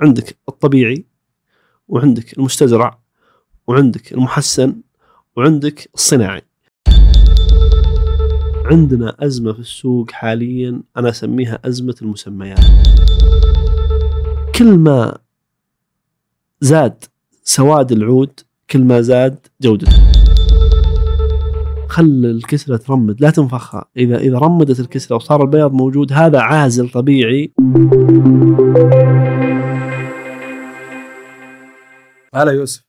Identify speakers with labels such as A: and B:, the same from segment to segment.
A: عندك الطبيعي وعندك المستزرع وعندك المحسن وعندك الصناعي عندنا أزمة في السوق حاليا أنا أسميها أزمة المسميات كل ما زاد سواد العود كل ما زاد جودته خل الكسرة ترمد لا تنفخها إذا إذا رمدت الكسرة وصار البياض موجود هذا عازل طبيعي
B: هلا يوسف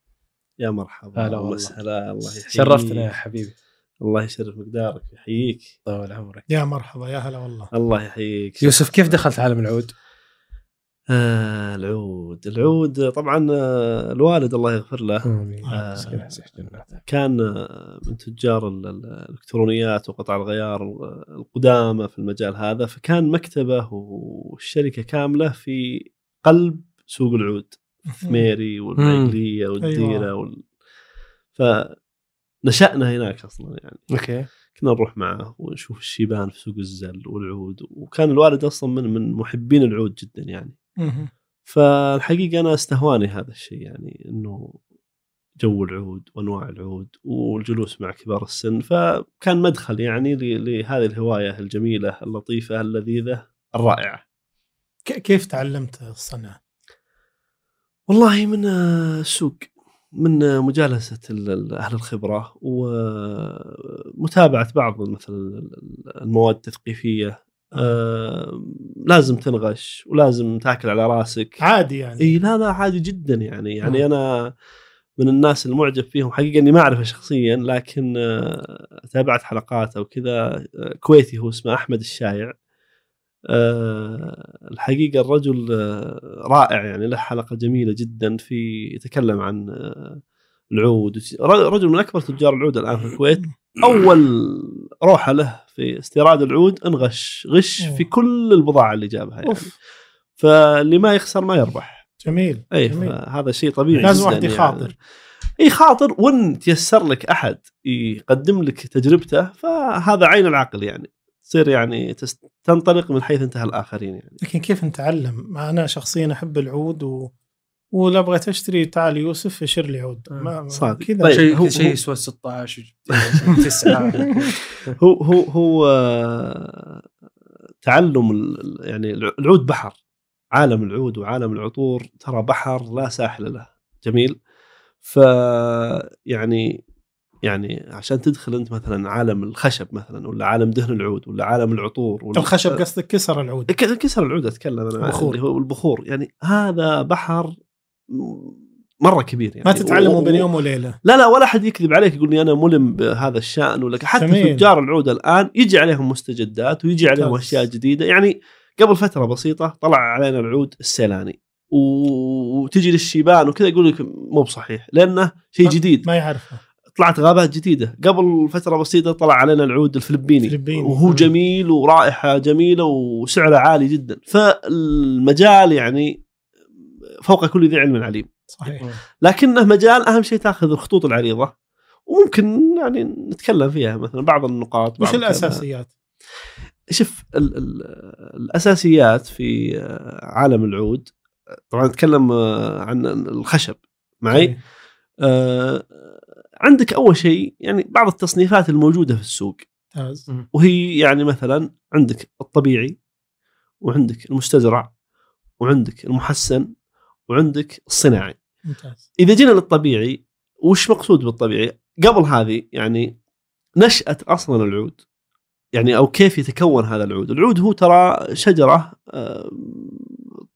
A: يا مرحبا
B: هلا والله.
A: مسهلا الله يحييك
B: شرفتنا يا حبيبي
A: الله يشرف مقدارك يحييك
B: طول عمرك
C: يا مرحبا يا هلا والله
A: الله يحييك
B: يوسف كيف دخلت عالم العود؟
A: آه العود العود طبعا آه، الوالد الله يغفر له آه.
B: مسكين حسيح جناته.
A: كان آه، من تجار ال- ال- الالكترونيات وقطع الغيار آه، القدامى في المجال هذا فكان مكتبه والشركه كامله في قلب سوق العود ميري والعقليه والديره
C: أيوة.
A: وال... فنشأنا هناك اصلا يعني
B: اوكي
A: كنا نروح معه ونشوف الشيبان في سوق الزل والعود وكان الوالد اصلا من من محبين العود جدا يعني
C: مهم.
A: فالحقيقه انا استهواني هذا الشيء يعني انه جو العود وانواع العود والجلوس مع كبار السن فكان مدخل يعني ل- لهذه الهوايه الجميله اللطيفه اللذيذه الرائعه.
C: ك- كيف تعلمت الصنعة؟
A: والله من آه، السوق من آه، مجالسة ال- ال- أهل الخبرة ومتابعة بعض مثلا المواد التثقيفية آه، لازم تنغش ولازم تاكل على راسك
C: عادي يعني
A: اي لا لا عادي جدا يعني يعني
C: آه.
A: انا من الناس المعجب فيهم حقيقه اني ما اعرفه شخصيا لكن آه، تابعت حلقات او كذا آه، كويتي هو اسمه احمد الشايع آه، الحقيقه الرجل آه، رائع يعني له حلقه جميله جدا في يتكلم عن آه، العود وت- ر- رجل من اكبر تجار العود الان في الكويت اول روحه له في استيراد العود انغش غش في
C: آه.
A: كل البضاعه اللي جابها يعني
C: اوف
A: فاللي ما يخسر ما يربح
C: جميل
A: اي
C: جميل
A: هذا إيه، شيء طبيعي
C: لازم
A: جداً
C: واحد يخاطر
A: يعني. اي خاطر وان تيسر لك احد يقدم لك تجربته فهذا عين العقل يعني تصير يعني تست- تنطلق من حيث انتهى الاخرين يعني
C: لكن كيف نتعلم؟ ما انا شخصيا احب العود و... ولا بغيت اشتري تعال يوسف اشر لي عود ما... ما-
A: صادق.
C: كذا
A: طيب. هو-
B: شيء
A: هو-
B: شيء يسوى 16 9
C: طيب.
A: هو هو هو آه، تعلم ال- ال- يعني الع- العود بحر عالم العود وعالم العطور ترى بحر لا ساحل له جميل ف يعني يعني عشان تدخل انت مثلا عالم الخشب مثلا ولا عالم دهن العود ولا عالم العطور ولا
C: الخشب قصدك كسر العود
A: ك- كسر العود اتكلم انا
C: البخور.
A: اللي هو البخور يعني هذا بحر مره كبير يعني
C: ما تتعلمه
A: و-
C: بين يوم وليله
A: لا لا ولا حد يكذب عليك يقول لي انا ملم بهذا الشان ولا ك- حتى
C: جميل.
A: تجار العود الان يجي عليهم مستجدات ويجي عليهم
C: ممتاز.
A: اشياء جديده يعني قبل فتره بسيطه طلع علينا العود السيلاني و- وتجي للشيبان وكذا يقول لك مو بصحيح لانه شيء جديد
C: ما يعرفه
A: طلعت غابات جديده قبل فتره بسيطه طلع علينا العود الفلبيني
C: الفلبيني.
A: وهو
C: مم.
A: جميل ورائحه جميله وسعره عالي جدا فالمجال يعني فوق كل ذي علم عليم
C: صحيح
A: لكنه مجال اهم شيء تاخذ الخطوط العريضه وممكن يعني نتكلم فيها مثلا بعض النقاط بعض
C: وش
A: كذا.
C: الاساسيات؟
A: شوف ال ال الاساسيات في آه، عالم العود طبعا نتكلم آه، عن الخشب معي
C: جميل.
A: آه، عندك اول شيء يعني بعض التصنيفات الموجوده في السوق
C: ممتاز
A: وهي يعني مثلا عندك الطبيعي وعندك المستزرع وعندك المحسن وعندك الصناعي
C: ممتاز
A: اذا جينا للطبيعي وش مقصود بالطبيعي قبل هذه يعني نشاه اصلا العود يعني او كيف يتكون هذا العود العود هو ترى شجره آه،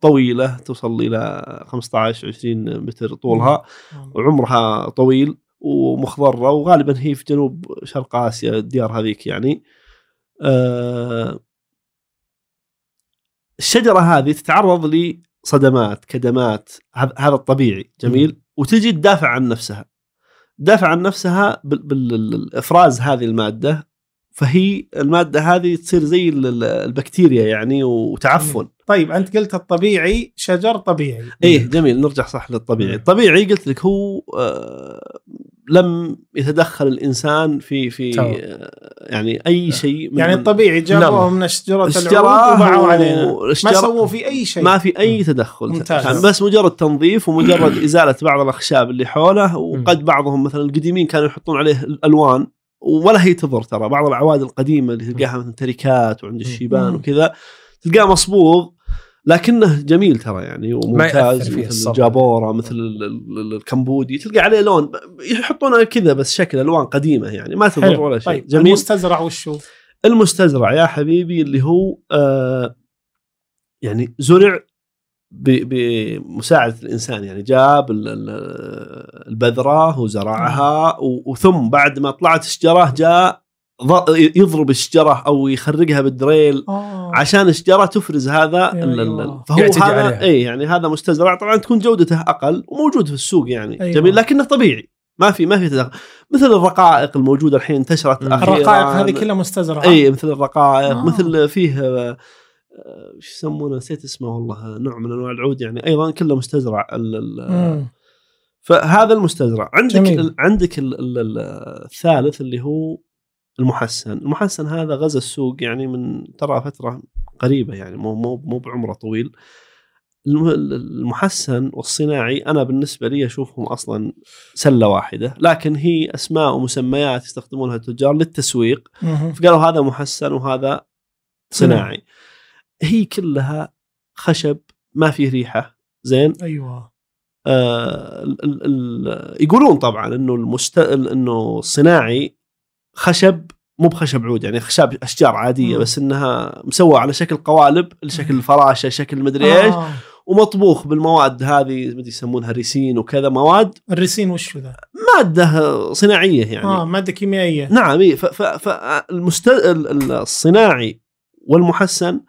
A: طويله توصل الى 15 20 متر طولها وعمرها طويل ومخضره وغالبا هي في جنوب شرق اسيا الديار هذيك يعني. آه، الشجره هذه تتعرض صدمات كدمات هذا هذا الطبيعي جميل وتجي تدافع عن نفسها تدافع عن نفسها بالافراز هذه الماده فهي الماده هذه تصير زي ال- ال- البكتيريا يعني وتعفن
C: طيب انت قلت الطبيعي شجر طبيعي
A: ايه جميل نرجع صح للطبيعي الطبيعي قلت لك هو آه، لم يتدخل الانسان في في
B: تمام.
A: آه، يعني اي شيء من
C: يعني الطبيعي جابوها
B: نعم.
C: من شجره
A: الشجرة
C: العود وباعوا
A: و-
C: علينا ما
A: الشجرة-
C: سووا في اي شيء
A: ما في اي تدخل
C: ممتاز.
A: كان بس مجرد تنظيف ومجرد ازاله بعض الاخشاب اللي حوله وقد بعضهم مثلا القديمين كانوا يحطون عليه الالوان ولا هي تضر ترى بعض العواد القديمه اللي تلقاها مثلا تركات وعند الشيبان
C: مم.
A: وكذا تلقاه مصبوغ لكنه جميل ترى يعني
B: يأثر
A: وممتاز
B: فيه
A: مثل
B: الصبغة.
A: الجابوره مثل ال- ال- ال- الكمبودي تلقى عليه لون يحطونه كذا بس شكل الوان قديمه يعني ما تضر
C: حلو.
A: ولا شيء
C: طيب جميل
A: جميل
C: المستزرع وشو؟
A: المستزرع يا حبيبي اللي هو آه يعني زرع ب- بمساعدة الإنسان يعني جاب ال- ال- البذرة وزرعها و- وثم بعد ما طلعت الشجرة جاء ض- يضرب الشجرة أو يخرقها بالدريل
C: آه.
A: عشان الشجرة تفرز هذا
C: أيوة
A: ال-
C: أيوة.
A: ال- فهو
B: يعتدي
A: هذا
B: عليها.
A: اي يعني هذا مستزرع طبعا تكون جودته أقل وموجود في السوق يعني
C: أيوة.
A: جميل لكنه طبيعي ما في ما في تدخل مثل الرقائق الموجودة الحين انتشرت
B: مم.
A: أخيرا
C: الرقائق هذه كلها مستزرعه
A: اي مثل الرقائق
C: آه.
A: مثل فيه آه، آه، وش يسمونه نسيت اسمه والله نوع من انواع العود يعني ايضا كله مستزرع ال- ال-
C: مم.
A: فهذا المستزرع عندك
C: جميل.
A: ال- عندك ال- ال- ال- الثالث اللي هو المحسن المحسن هذا غزا السوق يعني من ترى فتره قريبه يعني مو مو مو بعمره طويل الم- ال- المحسن والصناعي انا بالنسبه لي اشوفهم اصلا سله واحده لكن هي اسماء ومسميات يستخدمونها التجار للتسويق
C: مم.
A: فقالوا هذا محسن وهذا صناعي
C: نعم.
A: هي كلها خشب ما فيه ريحه زين
C: ايوه
A: آه ال ال ال يقولون طبعا انه المست انه الصناعي خشب مو بخشب عود يعني خشب اشجار عاديه
C: مم.
A: بس انها مسوى على شكل قوالب لشكل الفراشه شكل مدري ايش
C: آه.
A: ومطبوخ بالمواد هذه مدري يسمونها ريسين وكذا مواد
C: الريسين وشو ذا؟
A: ماده صناعيه يعني
C: اه ماده كيميائيه
A: نعم إيه، ف- ف- ف- المست... ال- ال- الصناعي والمحسن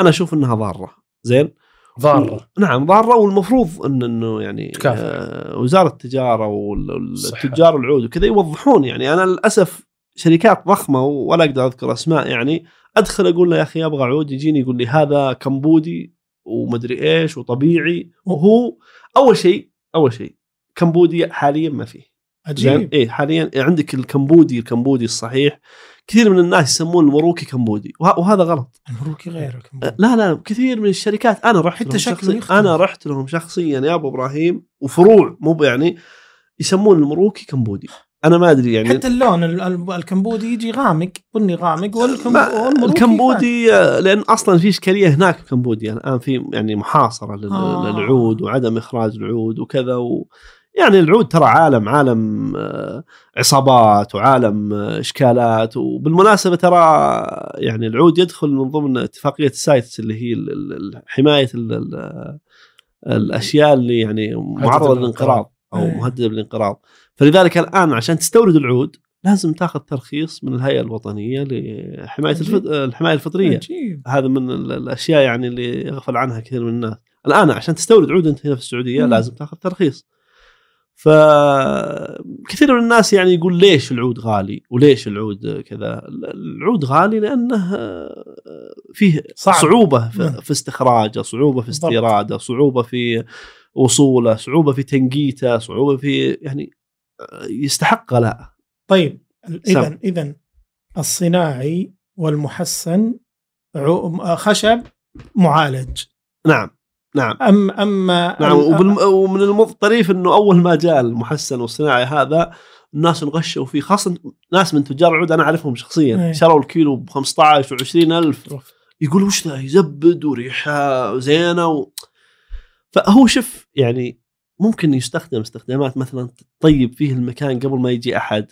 A: انا اشوف انها ضاره زين
B: ضاره
A: نعم ضاره والمفروض ان انه يعني
B: تكافئ.
A: آه، وزاره التجاره
B: صحة.
A: والتجار العود وكذا يوضحون يعني انا للاسف شركات ضخمه ولا اقدر اذكر اسماء يعني ادخل اقول له يا اخي ابغى عود يجيني يقول لي هذا كمبودي ومدري ايش وطبيعي وهو اول شيء اول شيء كمبودي حاليا ما فيه زين
C: عجيب
A: اي حاليا إيه، عندك الكمبودي الكمبودي الصحيح كثير من الناس يسمون المروكي كمبودي وه- وهذا غلط
C: المروكي غيرك
A: أه، لا لا كثير من الشركات انا رحت
C: حتى
A: لهم
C: شكله
A: شخصي-
C: يختلف.
A: انا رحت لهم شخصيا يا ابو ابراهيم وفروع مو ب- يعني يسمون المروكي كمبودي انا ما ادري يعني
C: حتى اللون ال- ال- الكمبودي يجي غامق بني غامق والكم-
A: ما-
C: والمروكي
A: الكمبودي آه، لان اصلا في اشكاليه هناك في كمبوديا الان في يعني محاصره لل-
C: آه.
A: للعود وعدم اخراج العود وكذا و يعني العود ترى عالم عالم آه، عصابات وعالم آه، اشكالات وبالمناسبه ترى يعني العود يدخل من ضمن اتفاقيه السايتس اللي هي ال- ال- ال- حمايه ال- ال- الاشياء اللي يعني معرضه للانقراض او
C: إيه.
A: مهدده بالانقراض فلذلك الان عشان تستورد العود لازم تاخذ ترخيص من الهيئه الوطنيه لحمايه
C: عجيب.
A: الفط... الحمايه الفطريه
C: عجيب
A: آه، هذا من ال- الاشياء يعني اللي يغفل عنها كثير من الناس الان عشان تستورد عود انت هنا في السعوديه
C: مم.
A: لازم تاخذ ترخيص ف كثير من الناس يعني يقول ليش العود غالي وليش العود كذا العود غالي لانه آه، فيه
C: صعب.
A: صعوبه
C: نعم.
A: في, في استخراجه صعوبه في
C: بالضبط.
A: استيراده صعوبه في وصوله صعوبه في تنقيته صعوبه في يعني آه، يستحق غلاء
C: طيب اذا
A: سم.
C: اذا الصناعي والمحسن عو- آه، خشب معالج
A: نعم نعم
C: أم اما
A: نعم
C: ال-
A: وبالم... ومن المطريف انه اول ما جاء المحسن والصناعي هذا الناس انغشوا فيه خاصه ناس من تجار العود انا اعرفهم شخصيا
C: إيه.
A: شروا الكيلو ب 15 و20 الف
B: أوف.
A: يقول وش ذا يزبد وريحه زينه و... فهو شف يعني ممكن يستخدم استخدامات مثلا تطيب فيه المكان قبل ما يجي احد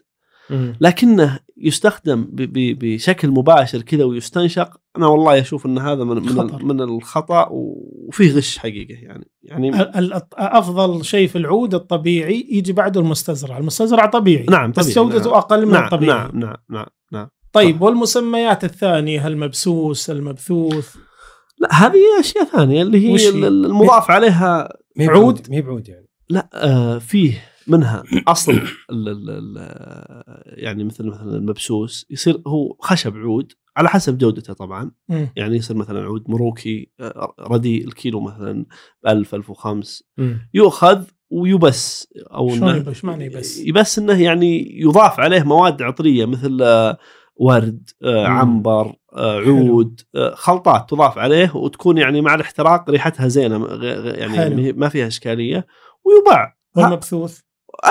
A: لكنه يستخدم ب- ب- بشكل مباشر كذا ويستنشق انا والله اشوف ان هذا من من,
C: خطر.
A: ال- من الخطا وفيه غش حقيقه يعني يعني
C: ال- ال- افضل شيء في العود الطبيعي يجي بعده المستزرع المستزرع طبيعي
A: نعم،
C: بس
A: طبيعي،
C: جودته
A: نعم.
C: اقل من
A: نعم
C: الطبيعي
A: نعم نعم نعم نعم
C: طيب والمسميات الثانيه المبسوس المبثوث
A: لا هذه اشياء ثانيه اللي
B: وش
A: هي
B: هي؟
A: ال- ال- المضاف عليها
B: مي
A: عود؟
B: بعود مي بعود يعني
A: لا آه فيه منها اصل ال ال ال يعني مثل مثلا المبسوس يصير هو خشب عود على حسب جودته طبعا
C: مم.
A: يعني يصير مثلا عود مروكي آه، ردي الكيلو مثلا ب 1000 1005 يؤخذ ويبس او
C: شلون
A: إنه-
C: يبس؟ معنى يبس؟
A: يبس انه يعني يضاف عليه مواد عطريه مثل آه، ورد آه،
B: مم.
A: عنبر آه،
C: حلو.
A: عود آه، خلطات تضاف عليه وتكون يعني مع الاحتراق ريحتها زينه غ- غ-
C: حلو.
A: يعني ما هي- ما فيها اشكاليه ويباع
C: والمبثوث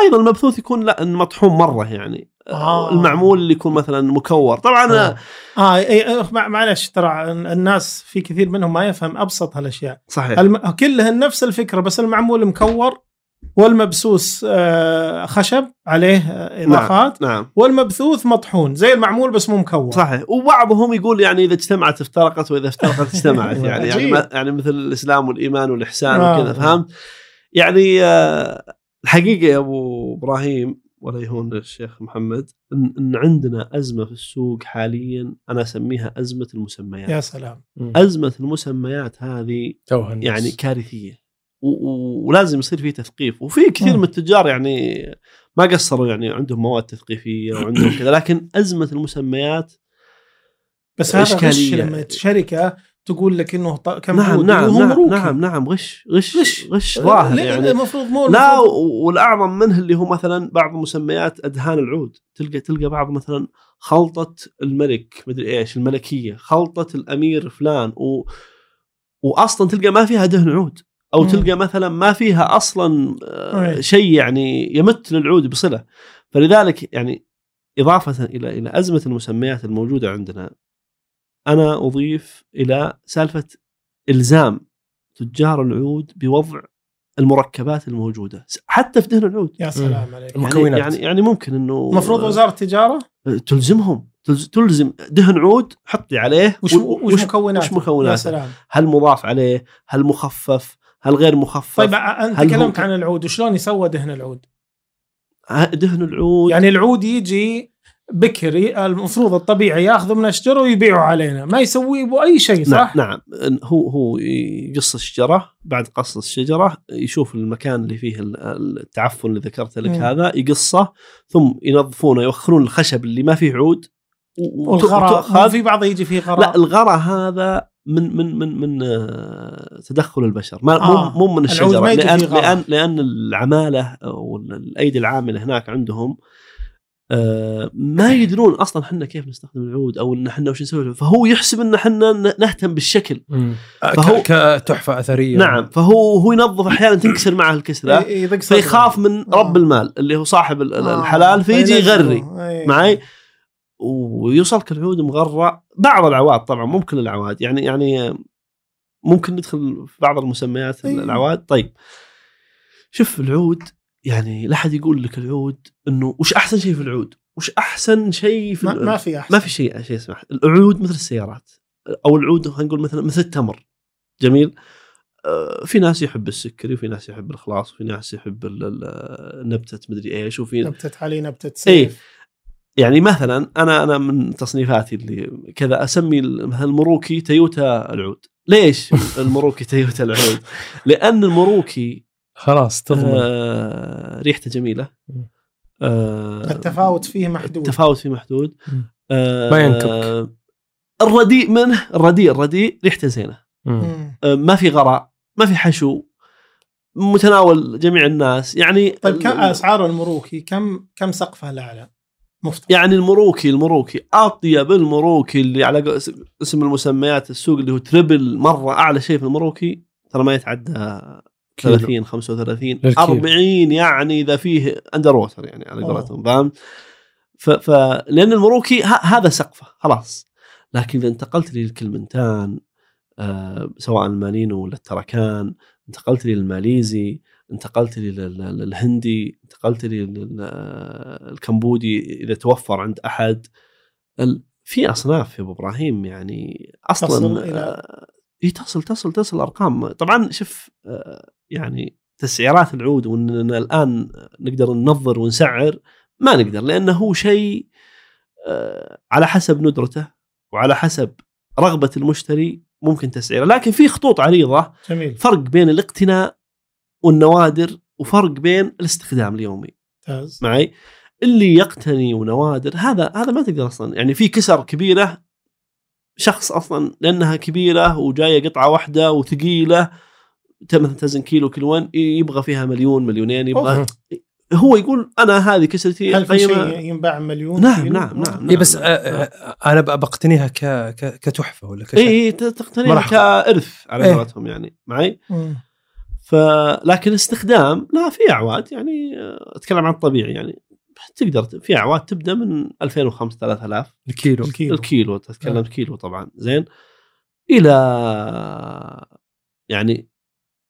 A: ايضا المبثوث يكون لا إن مطحون مره يعني
C: آه.
A: آه. المعمول اللي يكون مثلا مكور طبعا
B: آه.
A: آه.
C: اه اي آه، مع- معلش ترى الناس في كثير منهم ما يفهم ابسط هالاشياء
A: صحيح
C: الم... كلهن نفس الفكره بس المعمول مكور والمبسوس آه خشب عليه آه، اضافات
A: نعم
C: والمبثوث مطحون زي المعمول بس مو مكور
A: صحيح وبعضهم يقول يعني اذا اجتمعت افترقت واذا افترقت اجتمعت يعني يعني,
C: عجيب.
A: ما- يعني مثل الاسلام والايمان والاحسان
C: آه.
A: وكذا فهمت يعني آه، الحقيقه يا ابو ابراهيم ولا يهون الشيخ محمد ان إن عندنا ازمه في السوق حاليا انا اسميها ازمه المسميات
C: يا سلام
A: ازمه المسميات هذه
B: توها الناس.
A: يعني كارثيه و- و- ولازم يصير فيه تثقيف وفي كثير
C: مم.
A: من التجار يعني ما قصروا يعني عندهم مواد تثقيفيه وعندهم كذا لكن ازمه المسميات
C: بس هذا غش
A: إشكالية.
C: لما شركه تقول لك انه ط... كم
A: نعم
C: عود
A: نعم
C: وهو
A: نعم,
C: مروكي.
A: نعم نعم غش غش
C: غش.
A: غش, غش ظاهر
C: لا،
A: يعني
C: المفروض مو
A: لا
C: المفروض-
A: و- والاعظم منه اللي هو مثلا بعض مسميات ادهان العود تلقى تلقى بعض مثلا خلطه الملك مدري ايش الملكيه خلطه الامير فلان و واصلا تلقى ما فيها دهن عود او
C: مم.
A: تلقى مثلا ما فيها اصلا آه،
C: أي.
A: شيء يعني يمت للعود بصله فلذلك يعني اضافه الى الى ازمه المسميات الموجوده عندنا انا اضيف الى سالفه الزام تجار العود بوضع المركبات الموجوده س- حتى في دهن العود
C: يا سلام عليك
B: مم.
A: يعني
B: المكونات.
A: يعني يعني ممكن انه
C: المفروض وزاره التجاره
A: آه، تلزمهم تلز- تلزم دهن عود حطي عليه
C: وش
A: و-
C: وش مكوناته؟
A: وش
C: يا
A: مكوناته
C: سلام
A: هل مضاف عليه هل مخفف هل غير مخفف
C: طيب آه، انت
A: هل هو-
C: تكلمت عن العود وشلون يسوى دهن العود؟
A: آه، دهن العود
C: يعني العود يجي بكري المفروض الطبيعي ياخذه من الشجره ويبيعه علينا ما يسوي باي شيء صح؟
A: نعم نعم هو هو يقص الشجره بعد قص الشجره يشوف المكان اللي فيه ال- التعفن اللي ذكرت لك
C: مم.
A: هذا يقصه ثم ينظفونه يوخرون الخشب اللي ما فيه عود و- وت-
C: والغراء
A: وتؤخذ
C: في بعضه يجي فيه غراء
A: لا الغرة هذا من من من من آه، تدخل البشر ما
C: آه،
A: آه مو من
C: العود
A: الشجره
C: ما يجي
A: لان
C: فيه غرة.
A: لان لان العماله او الايدي العامله هناك عندهم آه، ما يدرون اصلا احنا كيف نستخدم العود او ان احنا وش نسوي فهو يحسب ان احنا نهتم بالشكل
B: مم.
A: فهو-
B: آه، ك- كتحفه
C: أيوة.
B: اثريه
A: نعم فهو هو ينظف احيانا تنكسر معه الكسره
C: ي- يضيق صدره.
A: فيخاف من رب المال اللي هو صاحب ال- ال-
C: إيه، آه،
A: الحلال فيجي
C: فينزله.
A: يغري
C: أي.
A: معي ويوصلك العود مغرى بعض العواد طبعا مو كل العواد يعني يعني ممكن ندخل في بعض المسميات
C: أيوه.
A: العواد طيب شوف العود يعني لا احد يقول لك العود انه وش احسن شيء في العود؟ وش احسن شيء في
C: ما,
A: العود؟
C: ما في احسن
A: ما في شيء شيء اسمه العود مثل السيارات او العود خلينا نقول مثلا مثل التمر جميل آه، في ناس يحب السكري وفي ناس يحب الخلاص وفي ناس يحب ال- ال- نبته مدري ايش وفي
C: نبتة علي نبتة
A: إيه.
C: سيف
A: يعني مثلا انا انا من تصنيفاتي اللي كذا اسمي ال- مثلا المروكي تيوتا العود ليش المروكي تيوتا العود لان المروكي
B: خلاص تضمن
A: آه ريحته جميله
B: مم.
A: آه
C: التفاوت فيه محدود
A: التفاوت فيه محدود
B: مم.
A: آه
B: ما ينكبك.
A: آه، الرديء منه الرديء الرديء ريحته زينه
B: مم.
C: مم.
A: آه ما في غراء ما في حشو متناول جميع الناس يعني
C: طيب كم
A: ال-
C: اسعار المروكي كم كم سقفها الاعلى؟ مفترض
A: يعني المروكي المروكي اطيب المروكي اللي على قو- اس- اسم المسميات السوق اللي هو تربل مره اعلى شيء في المروكي ترى ما يتعدى
B: كيلو.
A: 30 35
B: للكيلو. آه.
A: 40 يعني اذا فيه اندر ووتر يعني على
C: أوه.
A: قولتهم فاهم؟ ف... ف... لان المروكي ه... هذا سقفه خلاص لكن اذا انتقلت للكلمنتان آه سواء المالينو ولا التركان انتقلت للماليزي انتقلت لل- لل- للهندي انتقلت للكمبودي اذا توفر عند احد ال- في اصناف يا ابو ابراهيم يعني اصلا
C: تصل إلى-
A: آه، إي تصل تصل تصل ارقام طبعا شوف آه، يعني تسعيرات العود واننا الان نقدر ننظر ونسعر ما نقدر لانه هو شيء آه، على حسب ندرته وعلى حسب رغبه المشتري ممكن تسعيره لكن في خطوط عريضه
C: جميل
A: فرق بين الاقتناء والنوادر وفرق بين الاستخدام اليومي
C: ممتاز
A: معي اللي يقتني ونوادر هذا هذا ما تقدر اصلا يعني في كسر كبيره شخص اصلا لانها كبيره وجايه قطعه واحده وثقيله ت- مثلا تزن كيلو كيلوين ي- يبغى فيها مليون مليونين يبغى
C: أوه.
A: هو يقول انا هذه كسرتي
C: هل في
A: قيمة-
C: شيء ينباع مليون
A: طيب، نعم،
C: كيلو؟
A: نعم، نعم.
B: اي بس آه، آه، انا ب- بقتنيها ك... ك... كتحفه ولا كشيء
C: إيه.
A: اي تقتنيها
B: مرحبا.
A: كارث على
B: إيه.
A: قولتهم يعني معي؟
C: مم.
A: فلكن استخدام لا في اعواد يعني آه، اتكلم عن الطبيعي يعني تقدر ت- في اعواد تبدا من 2005 3000
B: الكيلو
C: الكيلو
A: الكيلو
B: آه.
A: تتكلم كيلو طبعا زين الى يعني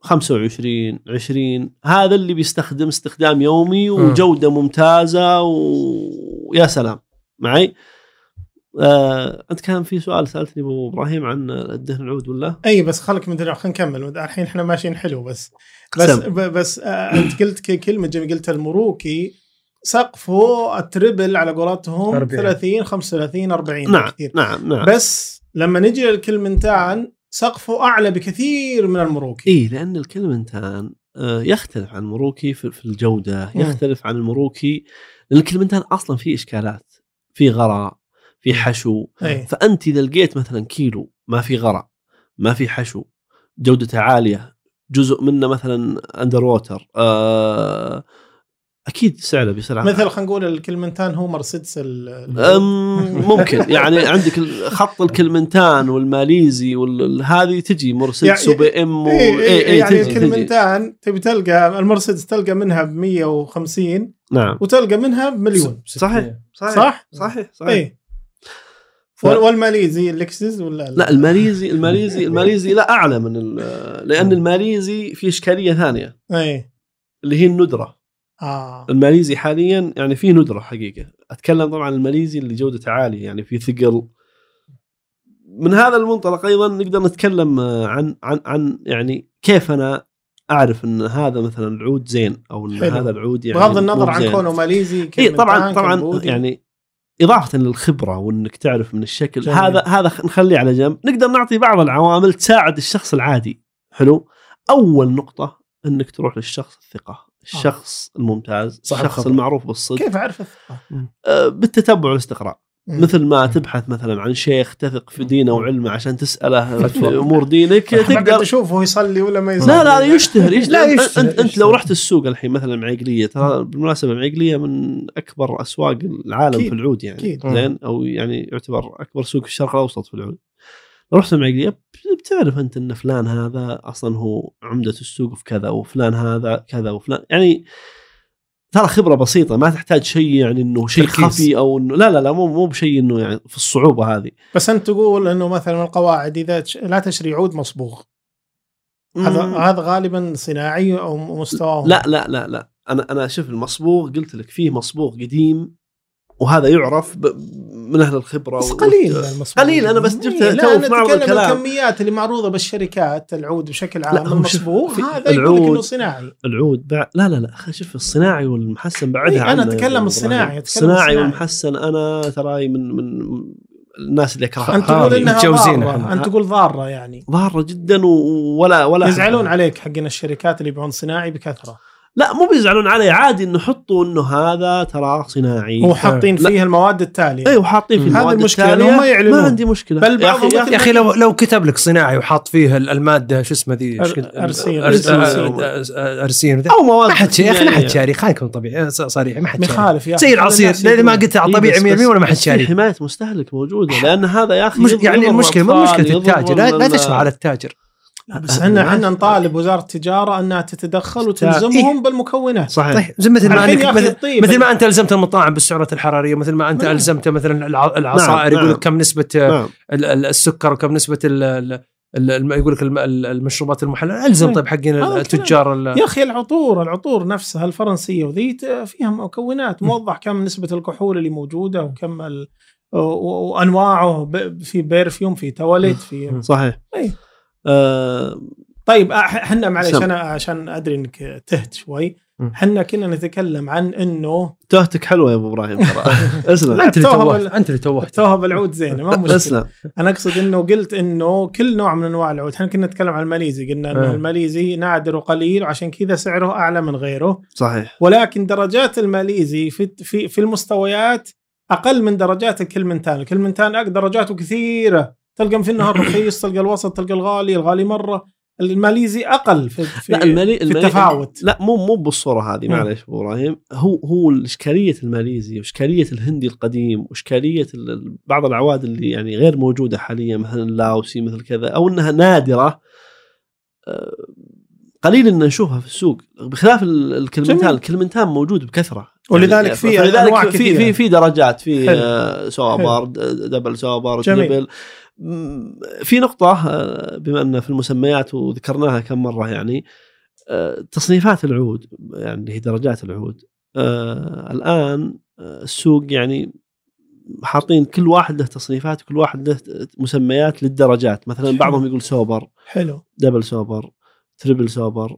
A: 25 20 هذا اللي بيستخدم استخدام يومي وجوده ممتازه ويا سلام معي آه، انت كان في سؤال سالتني ابو ابراهيم عن الدهن العود ولا؟
C: اي بس خلك من دلوقتي خلينا نكمل الحين احنا ماشيين حلو بس بس
A: سم.
C: ب- بس آه، انت قلت ك- كلمه جميل قلت المروكي سقفه التربل على قولتهم
B: 40.
C: 30 35 40
A: نعم
C: إيه، كثير
A: نعم نعم
C: بس لما نجي للكلمنتان سقفه اعلى بكثير من المروكي
A: اي لان الكلمنتان آه، يختلف عن المروكي في في الجوده
C: مم.
A: يختلف عن المروكي لان الكلمنتان اصلا في اشكالات في غراء في
C: نعم.
A: حشو
C: اي
A: فانت اذا لقيت مثلا كيلو ما في غراء ما في حشو جودته عاليه جزء منه مثلا اندر ووتر آه اكيد سعره بيصير أعلى.
C: مثل خلينا نقول الكلمنتان هو مرسيدس ال-
A: آه،
C: ال-
A: أم، ممكن يعني عندك ال- خط الكلمنتان والماليزي وهذه تجي مرسيدس
C: يعني-
A: وبي ام و-
C: إي- إي-
A: إي- إي،
C: يعني
A: إيه، تجي- تجي.
C: الكلمنتان تبي تلقى المرسيدس تلقى منها ب 150
A: نعم
C: وتلقى منها بمليون
A: صحيح صحيح
C: صح؟ إيه.
A: صحيح صحيح
C: اي
A: ف-
C: وال- والماليزي اللكسس ولا
A: لا الماليزي الماليزي الماليزي لا اعلى من ال- لان الماليزي في اشكاليه ثانيه
C: اي
A: اللي هي الندره
C: اه
A: الماليزي حاليا يعني في ندره حقيقه اتكلم طبعا عن الماليزي اللي جودته عاليه يعني في ثقل من هذا المنطلق ايضا نقدر نتكلم آه، عن عن عن يعني كيف انا اعرف ان هذا مثلا العود زين او ان
C: حلو.
A: هذا العود يعني
C: بغض
A: مو
C: النظر عن
A: بزين.
C: كونه ماليزي
A: اي طبعا
C: كمنتان،
A: طبعا
C: كمبودي.
A: إيه، يعني اضافه للخبره وانك تعرف من الشكل
C: جميل.
A: هذا هذا خ- نخليه على جنب نقدر نعطي بعض العوامل تساعد الشخص العادي حلو اول نقطه انك تروح للشخص الثقه الشخص الممتاز
B: صاحب
A: الشخص
B: خبرة.
A: المعروف بالصدق
C: آه. كيف اعرف الثقة؟
A: آه، بالتتبع والاستقراء
C: مم.
A: مثل ما تبحث مثلا عن شيخ تثق في دينه وعلمه عشان تساله في
B: فتوى.
A: امور دينك
C: ما قد
A: يعني تقدر
C: اشوفه يصلي ولا ما يصلي
A: لا لا يشتهر يشتهر
B: لا، يشتهر،
A: انت انت
B: يشتهر.
A: لو رحت السوق الحين مثلا معيقليه ترى بالمناسبه معيقليه من اكبر اسواق العالم
C: أكيد،
A: في العود يعني
C: أكيد.
A: زين او يعني يعتبر اكبر سوق في الشرق الاوسط في العود لو رحت المعيقليه بت- بتعرف انت ان فلان هذا اصلا هو عمده السوق في كذا وفلان هذا كذا وفلان يعني ترى خبره بسيطه ما تحتاج شيء يعني انه شيء
B: تركيز.
A: خفي او انه لا لا لا مو مو بشيء انه يعني في الصعوبه هذه
C: بس انت تقول انه مثلا من القواعد اذا تش... لا تشري عود مصبوغ هذا
A: مم.
C: هذا غالبا صناعي او مستواه
A: لا لا لا لا انا انا شوف المصبوغ قلت لك فيه مصبوغ قديم وهذا يعرف ب... من اهل الخبره
C: بس
A: و-
C: قليل
A: وت-
C: المصبوغ
A: قليل، أنا بس جبت
C: إيه،
A: تو
C: لا
A: في
C: انا
A: معرض
C: اتكلم
A: الكلام.
C: الكميات اللي معروضه بالشركات العود بشكل عام
A: لا، هو شوف،
C: يعني المصبوغ
A: في
C: هذا يقول لك انه
A: العود-
C: صناعي
A: العود بع... لا لا لا خ- شوف الصناعي والمحسن
C: إيه،
A: بعدها
C: انا
A: عنه يا
C: اتكلم
A: إبراهيم.
C: الصناعي اتكلم
A: الصناعي
C: الصناعي.
A: والمحسن انا تراي من من الناس اللي اكرهها
C: انت تقول
B: هذه
C: انها
B: متجوزين
C: ضاره
B: إحنا.
C: انت تقول ضاره يعني
A: ضاره جدا و- ولا ولا
C: يزعلون عليك حقنا الشركات اللي يبيعون صناعي بكثره
A: لا مو بيزعلون علي عادي انه حطوا انه هذا ترى
B: إيه.
A: صناعي
C: هو حاطين
A: لا.
C: فيها المواد التاليه
A: اي وحاطين في
B: هذه
A: المواد
C: المشكلة،
A: التالية.
C: إنهم ما يعلنون.
A: ما عندي مشكله
C: بل
A: يا
C: بعضهم
A: اخي يا اخي
C: مثل
B: يا اخي لو لو كتب لك صناعي وحاط فيه ال- الماده شو آه، اسمها ذي إيش كده؟
C: أرسين.
B: أرس-
A: أرسين.
B: أرس- ارسين وذا.
A: او مواد
B: ما حد شاري يا اخي ما
A: تصنيعية.
B: حد شاري خلينا نكون طبيعي ص- صريح ما حد شاري
C: مخالف يا أخي.
B: زي
C: هذا
B: العصير
C: الناس
B: لذي ما
C: يقولون.
B: قلت على
A: إيه،
B: طبيعي
A: بس-
B: 100% ولا ما حد
A: بس في
B: شاري
A: حمايه مستهلك موجوده لان هذا يا اخي
B: مش
A: يضر-
B: يعني
A: يضر
B: المشكله مو
A: أطفال،
B: مشكله
A: يضر
B: التاجر لا, لا
A: والله-
B: تشفع على التاجر
C: بس احنا احنا نطالب وزاره التجاره انها تتدخل وتلزمهم بالمكونات
A: صحيح
B: طيب زي إيه. مثل ما
C: الحين يا
B: انك
C: اخي
B: مثل,
C: الطيب
B: مثل ما انت الزمت المطاعم بالسعرات الحراريه مثل ما انت
C: نعم.
B: الزمت مثلا الع-
A: نعم.
B: العصائر يقول لك كم نسبه آه،
A: نعم.
B: ال- ال- السكر وكم نسبه ال- ال- ال- الم- يقول لك الم- ال- المشروبات المحلله الزم
C: نعم.
B: طيب حقين
C: هذا الكلام.
B: التجار ال-
C: يا اخي العطور العطور نفسها الفرنسيه وذي ت- فيها مكونات موضح كم نسبه الكحول اللي موجوده وكم ال... و- و-
B: طيب.
C: وانواعه ب- في بيرفيوم في تواليت في
A: صحيح
C: أي.
A: آه
C: طيب احنا معلش
A: سم.
C: انا عشان ادري انك تهت شوي
B: مم.
C: احنا كنا نتكلم عن انه
A: تهتك حلوه يا ابو ابراهيم ترى اسلم
C: لا،
B: انت اللي
C: توها
B: توحت
C: بال-
B: انت اللي توحت
C: توها بالعود زينه ما مشكله
A: اسلم
C: انا اقصد انه قلت انه كل نوع من انواع العود احنا كنا نتكلم عن الماليزي قلنا انه
B: آه.
C: الماليزي نادر وقليل وعشان كذا سعره اعلى من غيره
A: صحيح
C: ولكن درجات الماليزي في في في المستويات اقل من درجات الكلمنتان، الكلمنتان أك- درجاته كثيره تلقى في النهار رخيص تلقى الوسط تلقى الغالي، الغالي مره الماليزي اقل في, في
A: لا المالي
C: في
A: المالي
C: التفاوت
A: لا مو مو بالصوره هذه
C: مم.
A: معليش ابو ابراهيم هو هو اشكاليه الماليزي واشكاليه الهندي القديم واشكاليه ال- ال- بعض العواد اللي يعني غير موجوده حاليا مثل اللاوسي مثل كذا او انها نادره آه، قليل ان نشوفها في السوق بخلاف ال- الكلمنتان
C: جميل.
A: الكلمنتان موجود بكثره
C: ولذلك في أنواع
A: ولذلك في
C: كثيرة.
A: في في درجات في
C: حلو.
A: آه، سوابر د- دبل سوابر
C: جميل.
A: دبل مم، في نقطة آه، بما أن في المسميات وذكرناها كم مرة يعني آه، تصنيفات العود يعني اللي هي درجات العود آه، الآن آه، السوق يعني حاطين كل واحد له تصنيفات كل واحد له مسميات للدرجات مثلا بعضهم يقول سوبر
C: حلو
A: دبل سوبر تريبل سوبر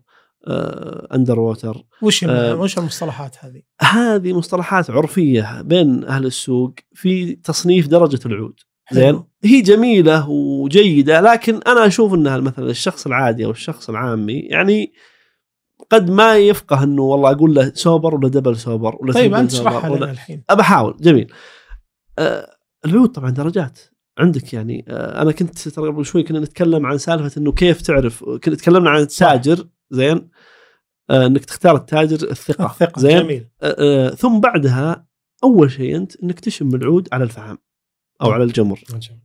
A: آه، اندر ووتر
C: وش الم-
A: آه.
C: وش المصطلحات هذه؟
A: هذه مصطلحات عرفيه بين اهل السوق في تصنيف درجه العود
C: حلو. طيب،
A: زين هي جميله وجيده لكن انا اشوف انها مثلا الشخص العادي او الشخص العامي يعني قد ما يفقه انه والله اقول له سوبر ولا دبل سوبر ولا
C: طيب
A: تربل
C: انت
A: سوبر
C: اشرحها
A: ولا-
C: لنا الحين
A: بحاول جميل آه العود طبعا درجات عندك يعني آه انا كنت ترى قبل شوي كنا نتكلم عن سالفه انه كيف تعرف كنا تكلمنا عن التاجر زين آه انك تختار التاجر الثقه,
C: الثقه
A: زين
C: آه، جميل
A: آه آه ثم بعدها اول شيء انت انك تشم العود على الفحم
C: طيب.
A: او على الجمر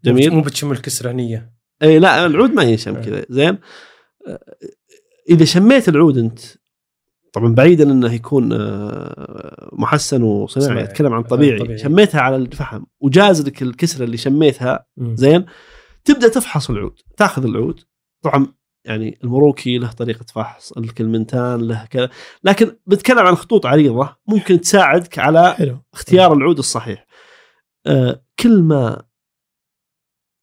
A: جميل.
B: مو بتشم الكسرانيه
A: اي إيه، لا العود ما
B: إيه.
A: ينشم كذا زين آه، اذا شميت العود انت طبعا بعيدا انه يكون آه، محسن وصناعي
B: صناعي.
A: اتكلم عن
B: آه،
A: طبيعي.
B: طبيعي.
A: شميتها على الفحم وجاز لك الكسره اللي شميتها
B: زي
A: زين تبدا تفحص العود تاخذ العود طبعا يعني المروكي له طريقه فحص الكلمنتان له كذا لكن بتكلم عن خطوط عريضه ممكن تساعدك على
C: حلو
A: اختيار العود الصحيح آه، كل ما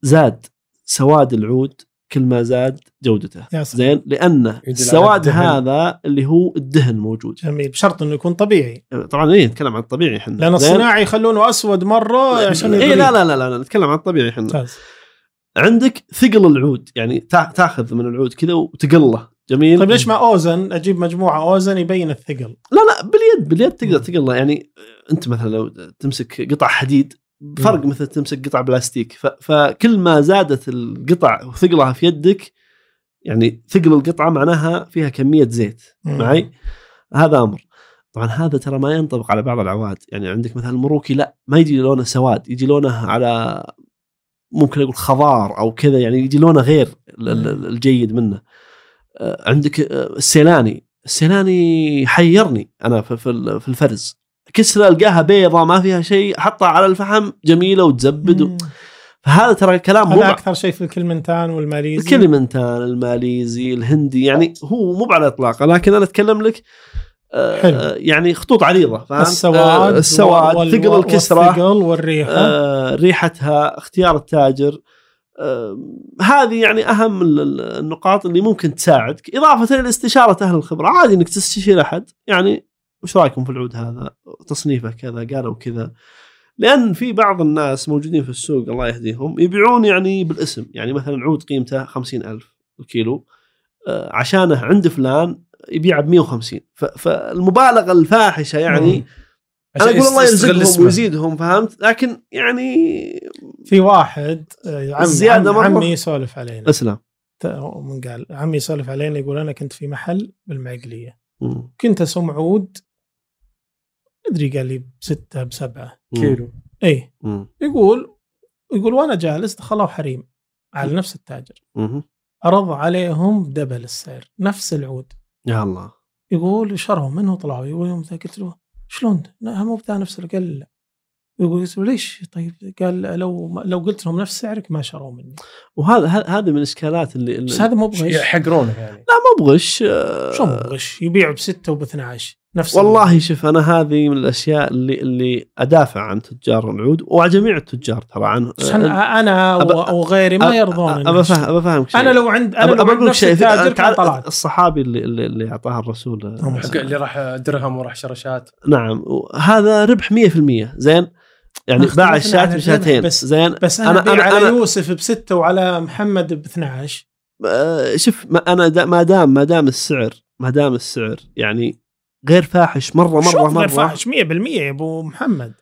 A: زاد سواد العود كل ما زاد جودته
C: يا سلام
A: زين لان
B: على
A: السواد
B: الدهن.
A: هذا اللي هو الدهن موجود
C: جميل بشرط انه يكون طبيعي
A: طبعا ايه نتكلم عن الطبيعي احنا
C: لان الصناعي يخلونه اسود مره عشان طيب.
A: اي
C: يضرب.
A: إيه، لا لا لا لا نتكلم عن الطبيعي احنا
C: ممتاز
A: عندك ثقل العود يعني تا- تاخذ من العود كذا وتقله جميل
C: طيب ليش ما اوزن اجيب مجموعه اوزن يبين الثقل
A: لا لا باليد باليد تقدر تقلها يعني انت مثلا لو تمسك قطع حديد فرق مثل تمسك قطع بلاستيك ف- فكل ما زادت القطع وثقلها في يدك يعني ثقل القطعه معناها فيها كميه زيت
C: مم.
A: معي هذا امر طبعا هذا ترى ما ينطبق على بعض العواد يعني عندك مثلا المروكي لا ما يجي لونه سواد يجي لونه على ممكن اقول خضار او كذا يعني يجي لونه غير ال- ال- الجيد منه آه، عندك آه، السيلاني السيلاني حيرني انا في- في ال- في الفرز كسره القاها بيضة ما فيها شيء حطها على الفحم جميله وتزبد و-
C: مم.
A: فهذا ترى الكلام مو
C: هذا
A: مع-
C: اكثر شيء في الكلمنتان والماليزي
A: الكلمنتان الماليزي الهندي يعني هو مو على اطلاقه لكن انا اتكلم لك آه،
C: حلو.
A: آه، يعني خطوط عريضه فهمت؟
C: السواد
A: آه، السواد
C: وال-
A: ثقل
C: وال-
A: الكسره
C: والثقل والريحه
A: آه، ريحتها اختيار التاجر آه، هذه يعني اهم ال- ال- النقاط اللي ممكن تساعدك اضافه الى استشاره اهل الخبره عادي انك تستشير احد يعني وش رايكم في العود هذا تصنيفه كذا قالوا كذا لان في بعض الناس موجودين في السوق الله يهديهم يبيعون يعني بالاسم يعني مثلا عود قيمته خمسين ألف الكيلو آه، عشانه عند فلان يبيعه ب 150 ف- فالمبالغه الفاحشه يعني انا اقول الله يرزقهم ويزيدهم فهمت لكن يعني
C: في واحد آه،
A: زيادة
C: عم زيادة
A: مرة.
C: عم عمي يسولف علينا
A: اسلم
C: ت- من قال عمي يسولف علينا يقول انا كنت في محل بالمعقليه كنت اسوم عود ادري قال لي بسته بسبعه
B: كيلو
C: اي
A: مم.
C: يقول يقول وانا جالس دخلوا حريم على نفس التاجر
A: مم.
C: عرض عليهم بدبل السعر نفس العود
A: يا الله
C: يقول شروا منه طلعوا يقول يوم ذا قلت له شلون لا مو بتاع نفس قال لي لا يقول قلت له ليش طيب قال لو لو قلت لهم نفس سعرك ما شروا مني
A: وهذا ه- هذا من الاشكالات اللي, اللي
C: بس هذا مو بغش
B: يحقرونه يعني
A: لا ما بغش آه،
C: شو مو بغش يبيع بستة وب 12 نفس
A: والله شوف انا هذه من الاشياء اللي اللي ادافع عن تجار العود وجميع التجار ترى عن
C: ال- عشان انا
A: أبا-
C: و- وغيري ما
A: أب-
C: يرضون
A: ابى افهم ابى افهمك شيء.
C: انا لو عند انا
A: أبى-
C: لو
A: أبى
C: عند
A: أقول لك
C: نفس
A: شيء
C: التاجر كان
A: تعال-
C: طلعت
A: الصحابي اللي اللي, اللي اعطاها الرسول
C: هم
A: آه،
C: حق-
B: اللي راح درهم وراح شرشات
A: نعم هذا ربح 100% زين يعني
C: اختلفنا
A: باع الشاة
C: عن الربح
A: بشاتين
C: بس.
A: زين
C: بس انا,
A: أنا- أنا-
C: أنا, على
A: أنا-
C: يوسف بسته وعلى محمد ب 12
A: آه، شوف ما انا دا ما دام ما دام السعر ما دام السعر يعني غير فاحش مره مره
C: شوف غير
A: مره
C: فاحش 100% يا ابو محمد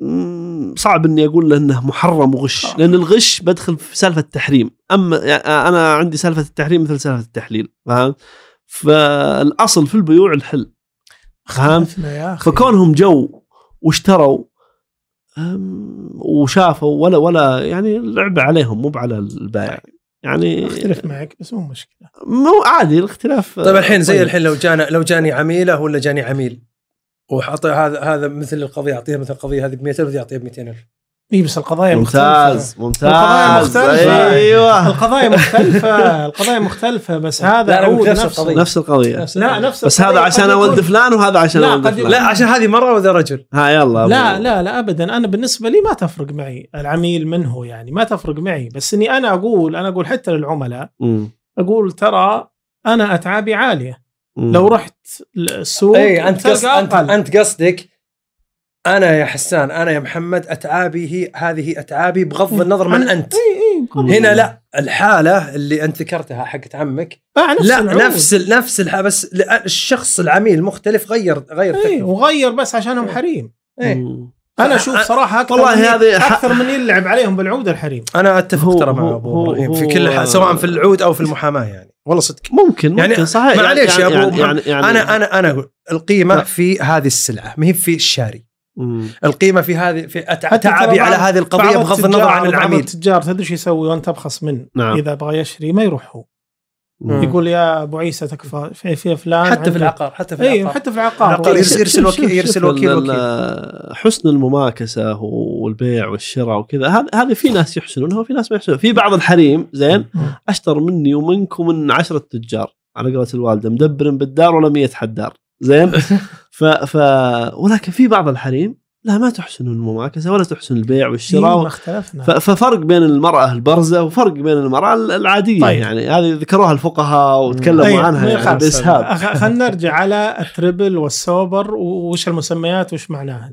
A: مم، صعب اني اقول له انه محرم
C: آه.
A: وغش لان الغش بدخل في سالفه التحريم اما يعني انا عندي سالفه التحريم مثل سالفه التحليل فاهم فالاصل في البيوع الحل فاهم
C: اختلفنا يا اخي
A: فكونهم جو واشتروا أم، وشافوا ولا ولا يعني اللعبه عليهم مو على البائع
C: طيب.
A: يعني
C: اختلف معك بس مو مشكله
A: مو عادي الاختلاف
B: طيب الحين زي
A: طيب.
B: الحين لو جانا لو جاني عميله ولا جاني عميل وحط هذا هذا مثل القضيه اعطيها مثل القضيه هذه ب 100000 يعطيها ب 200000
C: اي إيه، بس
B: إيه،
C: القضايا مختلفه
A: ممتاز
C: القضايا
A: ممتاز
C: مختلفة.
A: ايوه
C: القضايا مختلفه القضايا مختلفه بس هذا
B: لا، لا،
C: عود
B: نفس
C: نفس
B: القضية.
A: نفس القضيه
C: لا نفس
A: بس
C: القضية
A: هذا
C: طيب، قد
A: عشان
C: يكون-
A: اود فلان وهذا عشان
C: لا،
A: اود
C: قد-
A: فلان
B: لا عشان هذه مره وذا رجل
A: ها يلا
C: لا لا لا ابدا انا بالنسبه لي ما تفرق معي العميل من هو يعني ما تفرق معي بس اني انا اقول انا اقول حتى للعملاء
A: مم.
C: اقول ترى انا اتعابي عاليه
A: مم.
C: لو رحت السوق
B: اي انت إيه، قصد
C: تلقى
B: انت,
C: أقل.
B: انت قصدك انا يا حسان انا يا محمد اتعابي هي هذه اتعابي بغض النظر من انت
C: اي اي بقول-
B: هنا لا الحاله اللي انت ذكرتها حقت عمك
C: باع نفس
B: لا
C: العود.
B: نفس ال- نفس الح... بس ل- الشخص العميل مختلف غير غير
C: اي
B: تكلفة.
C: إيه، وغير بس عشانهم حريم
B: إيه.
A: مم.
C: انا اشوف صراحه اكثر
A: والله
C: من-
A: هذه ح-
C: اكثر من يلعب عليهم بالعود الحريم
B: انا اتفق
A: هو-
B: ترى مع
A: هو-
B: ابو ابراهيم
A: هو-
B: في كل حال سواء في العود او في المحاماه يعني والله صدق
A: ممكن
B: يعني-
A: ممكن صحيح
B: معليش يا أبو محمد،
A: يعني
B: انا انا انا اقول القيمه
A: لا.
B: في هذه السلعه ما هي في الشاري
A: مم.
B: القيمه في هذه في أتع-
C: حتى ترى
B: تعبي
C: بعض-
B: على هذه القضيه
C: بعض
B: بغض النظر
C: التجار-
B: عن
C: بعض
B: العميل
C: التجار تدري ايش يسوي وانت ابخص منه
A: نعم
C: اذا بغى يشتري ما يروح هو
B: مم.
C: يقول يا ابو عيسى تكفى في, في فلان
B: حتى في
C: عنده-
B: العقار حتى في
C: اي
B: العقار
C: إيه، حتى في العقار
B: العقار يرسل-
C: والله.
B: يرسل
A: شوف-
B: وكيل-
A: شوف-
B: يرسل
A: شوف
B: وكيل-
A: ال-
B: وكيل.
A: ال- حسن المماكسه والبيع والشراء وكذا هذا هذه في ناس يحسنونها وفي ناس ما يحسنونها في بعض الحريم زين
C: مم.
A: اشطر مني ومنك ومن عشرة تجار على قولة الوالده مدبر بالدار ولا مية حدار زين ف, ف ولكن في بعض الحريم لا ما تحسن المماكسه ولا تحسن البيع والشراء
C: إيه، ما
A: و...
C: اختلفنا
A: ف- ففرق بين المراه البارزه وفرق بين المراه العاديه
C: طيب.
A: طيب. يعني هذه ذكروها الفقهاء وتكلموا
C: طيب،
A: عنها
C: ما
A: يعني
C: يخالف.
A: باسهاب
C: خلينا نرجع على التربل والسوبر وش المسميات وش معناها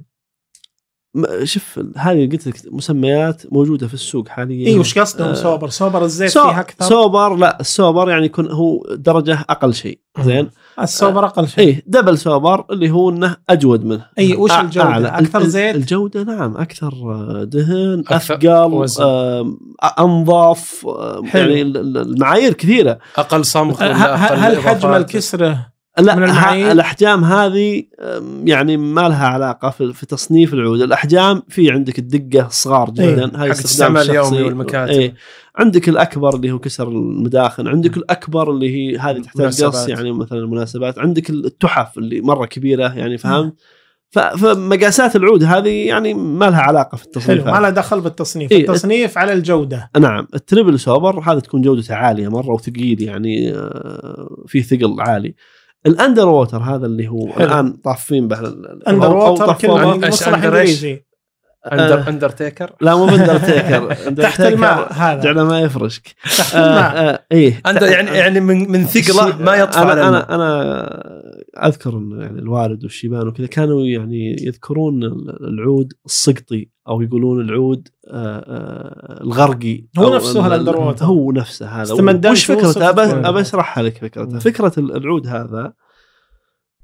A: م- شوف هذه قلت لك مسميات موجوده في السوق حاليا
C: اي إيه، وش قصدهم
A: آه،
C: سوبر سوبر الزيت
A: سو-
C: فيها اكثر
A: سوبر لا السوبر يعني يكون هو درجه اقل شيء زين
C: السوبر اقل شيء
A: اي دبل سوبر اللي هو انه اجود منه
C: اي وش
A: أع-
C: الجودة؟ أكثر
A: نعم. آه، ال- ال-
C: زيت؟
A: الجوده نعم اكثر آه، دهن
B: أكثر
A: اثقل
B: وزن.
A: آم، أ- انظف آم،
C: حلو.
A: يعني ال- ال- المعايير كثيره
B: اقل صمغ
C: ه-
B: ولا
C: ه-
B: أقل
C: هل
B: إضافات.
C: حجم الكسره
A: لا
C: من المعايير؟
A: ها- الاحجام هذه أم، يعني ما لها علاقه في, في تصنيف العود الاحجام في عندك الدقه صغار
C: إيه.
A: جدا هاي
B: حق
A: استخدام
B: الاستعمال اليومي
A: شخصي.
B: والمكاتب.
A: إيه. عندك الاكبر اللي هو كسر المداخن عندك الاكبر اللي هي هذه تحتاج
B: مناسبات.
A: قص يعني مثلا المناسبات عندك التحف اللي مره كبيره يعني فهمت ف- فمقاسات العود هذه يعني ما لها علاقه في التصنيف
C: حلو ما لها دخل بالتصنيف
A: إيه.
C: التصنيف على الجوده
A: نعم التريبل سوبر هذا تكون جودته عاليه مره وثقيل يعني آه، فيه ثقل عالي الاندر ووتر هذا اللي هو
C: حلو.
A: الان طافين به ال- ال-
C: اندر
A: أو- أو
C: ووتر
A: طفوا
C: كلمه
A: به.
B: أيش
C: مصطلح
B: أندر إيش؟
C: انجليزي
B: أندر-
C: آه.
B: اندرتيكر
A: لا مو اندر تيكر
C: تحت الماء هذا
A: جعله ما يفرشك
C: تحت
A: آه،
C: الماء
A: آه، ايه
B: أندر يعني يعني من من ثقله ما يطفى على
A: انا انا
B: الماء.
A: انا اذكر إن يعني الوالد والشيبان وكذا كانوا يعني يذكرون ال- العود السقطي او يقولون العود آه، آه، الغرقي
C: هو
A: أو
C: نفسه
A: ال-
C: هالأندر
A: ال-
C: ووتر.
A: هو نفسه هذا
C: استمدان
A: وش
C: في وسط
A: فكرته
C: الكون.
A: ابى اشرحها لك
C: نعم.
A: فكرته فكره ال- العود هذا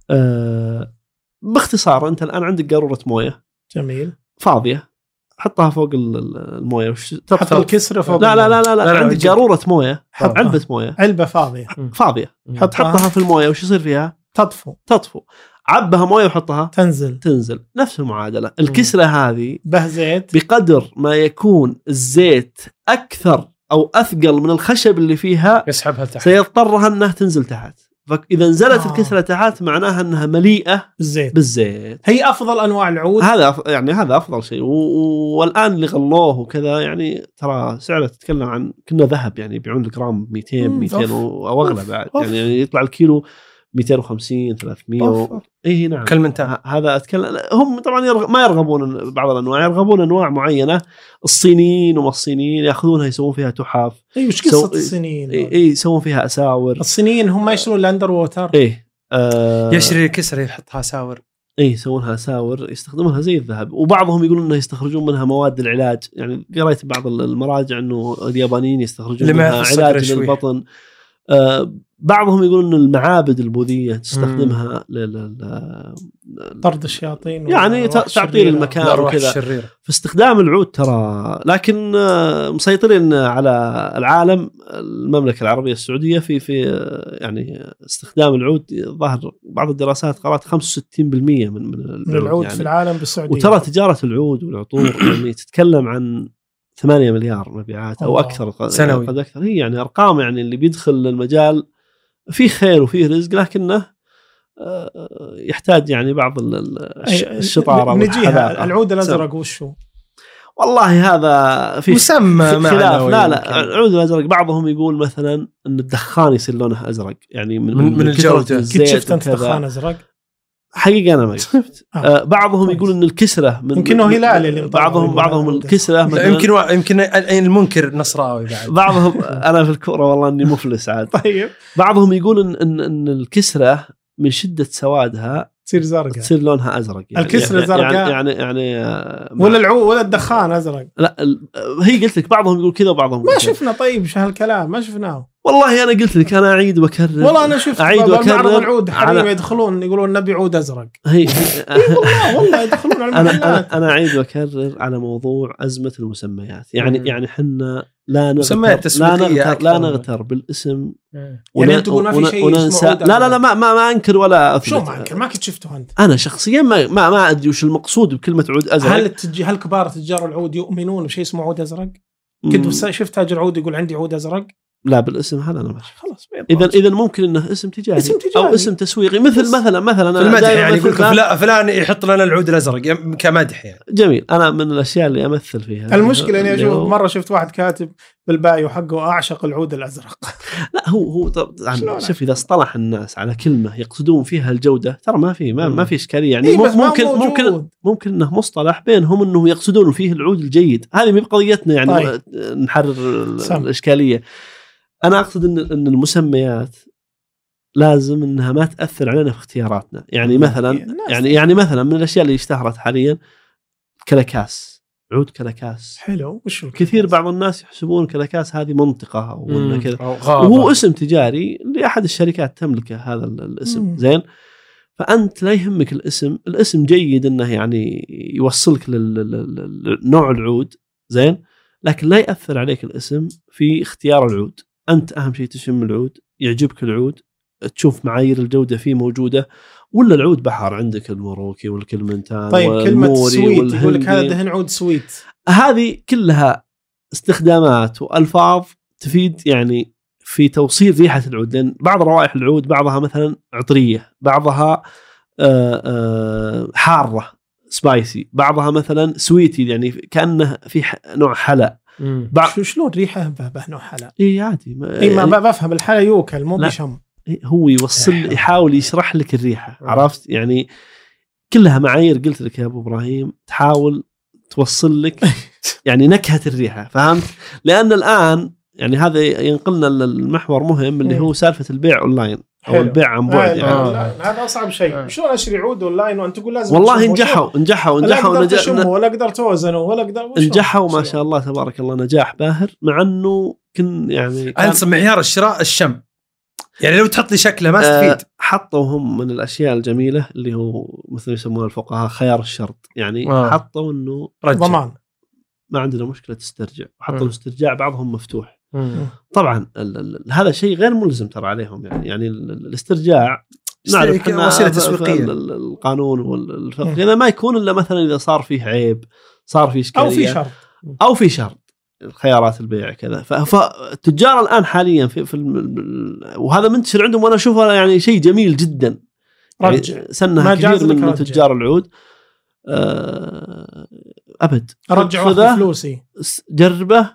A: آه، باختصار انت الان عندك قاروره مويه
C: جميل
A: فاضيه حطها فوق ال- ال- المويه وش
C: حط الكسره فوق
A: لا لا لا لا,
B: لا،
A: لا
B: لا،
A: عندك
B: يجيك.
A: قاروره مويه
C: حط-
A: علبه مويه
C: علبه فاضيه
A: فاضيه
C: حط
A: حطها في المويه وش يصير فيها؟
C: تطفو
A: تطفو عبها مويه وحطها
C: تنزل
A: تنزل نفس المعادله الكسره هذه
C: به زيت
A: بقدر ما يكون الزيت اكثر او اثقل من الخشب اللي فيها
B: يسحبها تحت
A: سيضطرها انها تنزل تحت فاذا نزلت
C: آه.
A: الكسره تحت معناها انها مليئه
C: بالزيت
A: بالزيت
C: هي افضل انواع العود
A: هذا أف- يعني هذا افضل شيء و... و- والان اللي غلوه وكذا يعني ترى سعره تتكلم عن كنا ذهب يعني يبيعون الجرام 200
C: مم،
A: 200
C: أوف.
A: و- او اغلى بعد
C: أوف.
A: يعني يطلع الكيلو 250 300
C: أوف.
A: اي نعم
B: كلمنتان
A: ه- هذا اتكلم هم طبعا يرغ... ما يرغبون بعض الانواع يرغبون انواع معينه الصينيين وما الصينيين ياخذونها يسوون فيها تحف
C: اي إيه، وش قصه
A: سو- إيه،
C: الصينيين؟
A: اي إي، يسوون فيها اساور
C: الصينيين هم ما يشترون الاندر ووتر
A: ايه آه...
B: يشري كسر يحطها ساور
A: ايه يسوونها اساور يستخدمونها زي الذهب وبعضهم يقولون انه يستخرجون منها مواد العلاج يعني قريت بعض المراجع انه اليابانيين يستخرجون
B: لما
A: منها
B: يحصل
A: علاج
B: شوي.
A: للبطن آه بعضهم يقولون ان المعابد البوذيه تستخدمها لل- لل-
C: طرد الشياطين
A: يعني
C: والأرواح
A: تعطيل
C: الشريرة.
A: المكان
B: الارواح
A: وكذا
B: الشريره
A: فاستخدام العود ترى لكن آه، مسيطرين على العالم المملكه العربيه السعوديه في في آه، يعني استخدام العود ظهر بعض الدراسات قرات 65% من من العود,
C: من العود
A: يعني.
C: في العالم بالسعوديه
A: وترى تجاره العود والعطور يعني تتكلم عن 8 مليار مبيعات او
C: الله.
A: اكثر قد-
B: سنوي.
A: قد اكثر هي يعني ارقام يعني اللي بيدخل المجال فيه خير وفيه رزق لكنه آه، يحتاج يعني بعض ال- ال- الش-
C: أي-
A: الشطاره والحذاقه
C: نجيها العود الازرق وش هو؟
A: والله هذا في
B: مسمى
A: في خلاف
B: معنوي
A: لا
B: يمكن.
A: لا العود الازرق بعضهم يقول مثلا ان الدخان يصير لونه ازرق يعني من
B: من- من
A: كثرة
B: الجودة.
A: الزيت
C: كنت شفت انت
A: وكذا.
C: دخان ازرق
A: حقيقه انا ما شفت
C: آه.
A: آه بعضهم
C: كويس.
A: يقول ان الكسره من
C: يمكن هو هلال اللي مطلع
A: بعضهم
C: يقول
A: بعضهم
C: هلال.
A: الكسره
B: لا،
A: مثلا
B: يمكن وا- يمكن المنكر نصراوي بعد
A: بعضهم انا في الكوره والله اني مفلس عاد
C: طيب
A: بعضهم يقول ان ان, إن الكسره من شده سوادها
C: تصير زرقاء
A: تصير لونها ازرق يعني
C: الكسرة
A: يعني
C: زرقاء.
A: يعني يعني, آه، ما-
C: ولا العود ولا الدخان ازرق
A: لا ال- آه، هي قلت لك بعضهم يقول كذا وبعضهم
C: ما
A: يقول كذا.
C: شفنا طيب وش هالكلام ما شفناه
A: والله انا قلت لك انا اعيد واكرر
C: والله انا شفت
A: أعيد
C: بعض
A: وأكرر
C: المعرض العود حريم
A: على-
C: يدخلون يقولون نبي عود ازرق
A: هي آه،
C: والله إيه، والله يدخلون على
A: انا
C: المحلات
A: انا انا اعيد واكرر على موضوع ازمه المسميات يعني
B: مم.
A: يعني حنا لا
B: مسميات
A: نغتر لا
B: تسويقية
A: نغتر لا
B: أكثر من-
A: نغتر بالاسم
B: إيه.
C: يعني أنت تقول ما في شيء اسمه
A: وننسى
C: عود
A: لا لا لا
C: أبيض.
A: ما ما, ما انكر ولا اثبت
C: شو ما انكر ما كنت شفته انت
A: انا شخصيا ما ما, ما ادري وش المقصود بكلمه عود ازرق
C: هل التج... هل كبار تجار العود يؤمنون بشيء اسمه عود ازرق؟
A: مم،
C: كنت بس- شفت تاجر عود يقول عندي عود ازرق
A: لا بالاسم هذا انا ما أشوف.
C: خلاص بيطلع.
A: اذا اذا ممكن انه اسم تجاري
C: اسم تجاري.
A: او اسم تسويقي مثل
C: بس.
A: مثلا مثلا
B: في
A: أنا
B: المدح
A: دايماً
B: يعني
A: مثل
B: يقول لك
A: ما-
B: فلان فلان يحط لنا العود الازرق يم- كمدح يعني
A: جميل انا من الاشياء اللي امثل فيها أيوه.
C: المشكله اني
A: اللي
C: اشوف
A: هو-
C: مره شفت واحد كاتب بالبايو حقه اعشق العود الازرق
A: لا هو هو طبعا
C: شلون؟
A: شوف اذا اصطلح الناس على كلمه يقصدون فيها الجوده ترى ما في ما,
B: مم.
A: ما في اشكاليه يعني
C: إيه،
A: مم-
C: بس ما هو
A: ممكن
C: موجود.
A: ممكن ممكن انه مصطلح بينهم انه يقصدون فيه العود الجيد هذه مي بقضيتنا يعني
C: طيب.
A: آه، نحرر ال-
C: سم.
A: الاشكاليه انا اقصد ان ان المسميات لازم انها ما تاثر علينا في اختياراتنا
C: إيه،
A: يعني مثلا
C: الناس-
A: يعني يعني مثلا من الاشياء اللي اشتهرت حاليا كلكاس عود كلكاس
C: حلو وش هو
A: كثير بعض الناس يحسبون كلكاس هذه منطقه او إنه كذا
B: أو آه، غابة.
A: وهو اسم تجاري لاحد الشركات تملكه هذا ال- الاسم
C: مم.
A: زين فانت لا يهمك الاسم الاسم جيد انه يعني يوصلك لنوع العود زين لكن لا ياثر عليك الاسم في اختيار العود انت اهم شيء تشم العود يعجبك العود تشوف معايير الجوده فيه موجوده ولا العود بحر عندك المروكي والكلمنتان
C: طيب كلمه
A: والموري
C: سويت يقول لك هذا
A: والهندي.
C: دهن عود سويت
A: هذه كلها استخدامات والفاظ تفيد يعني في توصيل ريحه العود لان بعض روائح العود بعضها مثلا عطريه بعضها آه، آه، حاره سبايسي بعضها مثلا سويتي يعني كانه في ح- نوع حلا
B: مم.
A: بعض
C: شو شلون ريحه به- به نوع حلا
A: اي عادي ما
C: اي إيه، ما
A: يعني
C: ب- بفهم الحلا يوكل مو
A: لا.
C: بشم
A: هو يوصل يحاول يشرح لك الريحه
C: آه.
B: مم.
A: عرفت يعني كلها معايير قلت لك يا ابو ابراهيم تحاول توصل لك يعني نكهه الريحه فهمت؟ لان الان يعني هذا ينقلنا للمحور مهم اللي هو سالفه البيع اونلاين او
C: إيه. حلو.
A: البيع عن بعد
C: هاي-
A: يعني
B: آه.
C: لا، هذا اصعب شيء
B: آه.
C: شلون اشتري عود اونلاين وانت تقول لازم
A: والله
C: تشمه؟
A: نجحوا نجحوا
C: لا
A: نجحوا
C: قدرت
A: نجح-
C: اشمه ولا قدرت اوزنه ولا قدرت
A: نجحوا ما شاء الله تبارك الله نجاح باهر مع انه كن يعني كان-
B: انسب معيار الشراء الشم يعني لو تحط لي شكله ما
A: آه،
B: استفيد
A: حطوا هم من الاشياء الجميله اللي هو مثل يسمونها الفقهاء خيار الشرط يعني
B: آه.
A: حطوا انه
B: رجع
C: ضمان
A: ما عندنا مشكله استرجع
B: مم.
A: حطوا استرجاع بعضهم مفتوح
B: مم.
A: طبعا ال ال هذا شيء غير ملزم ترى عليهم يعني يعني ال- ال- الاسترجاع نعرف
B: استرجاع
A: إحنا
B: وسيلة
A: ف- ف-
B: تسويقية.
A: ال- ال- القانون والفقه
C: مم.
A: يعني ما يكون الا مثلا اذا صار فيه عيب صار فيه اشكاليه
C: او في شرط
A: او في شر خيارات البيع كذا ف- فالتجار الان حاليا في, في الم- ال- وهذا منتشر عندهم وانا اشوفه يعني شيء جميل جدا يعني
C: رجع
A: سنها
C: ما
A: كثير
C: جاز لك
A: من
C: رجع.
A: تجار العود آه، ابد
C: ارجع
A: خذه
C: واخذ فلوسي
A: س- جربه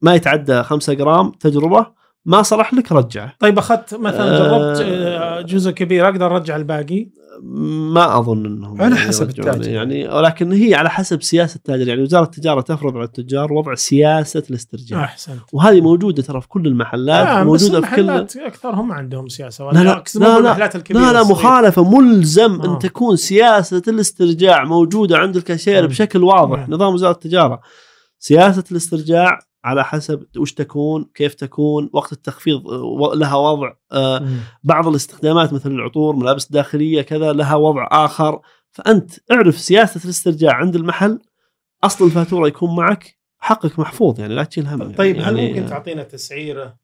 A: ما يتعدى 5 جرام تجربه ما صلح لك رجعه
C: طيب اخذت مثلا
A: آه.
C: جربت آه، جزء كبير اقدر ارجع الباقي
A: ما اظن انهم
B: على حسب
A: يرجعون
B: التاجر.
A: يعني ولكن هي على حسب سياسه التاجر يعني وزاره التجاره تفرض على التجار وضع سياسه الاسترجاع
C: احسن
A: وهذه موجوده ترى في كل المحلات
C: آه، بس
A: موجوده في كل
C: المحلات اكثر هم عندهم سياسه
A: لا، لا،
C: بالعكس، مو
A: لا، لا،
C: بالمحلات الكبيره
A: لا لا
C: الصغيرة.
A: مخالفه ملزم
C: آه.
A: ان تكون سياسه الاسترجاع موجوده عند الكاشير
C: مم.
A: بشكل واضح
C: مم.
A: نظام وزاره التجاره سياسه الاسترجاع على حسب وش تكون كيف تكون وقت التخفيض آه، و- لها وضع آه،
C: مم.
A: بعض الاستخدامات مثل العطور ملابس داخليه كذا لها وضع اخر فانت اعرف سياسه الاسترجاع عند المحل اصل الفاتوره يكون معك حقك محفوظ يعني لا تشيل هم يعني-
C: طيب هل
A: يعني
C: ممكن تعطينا تسعيره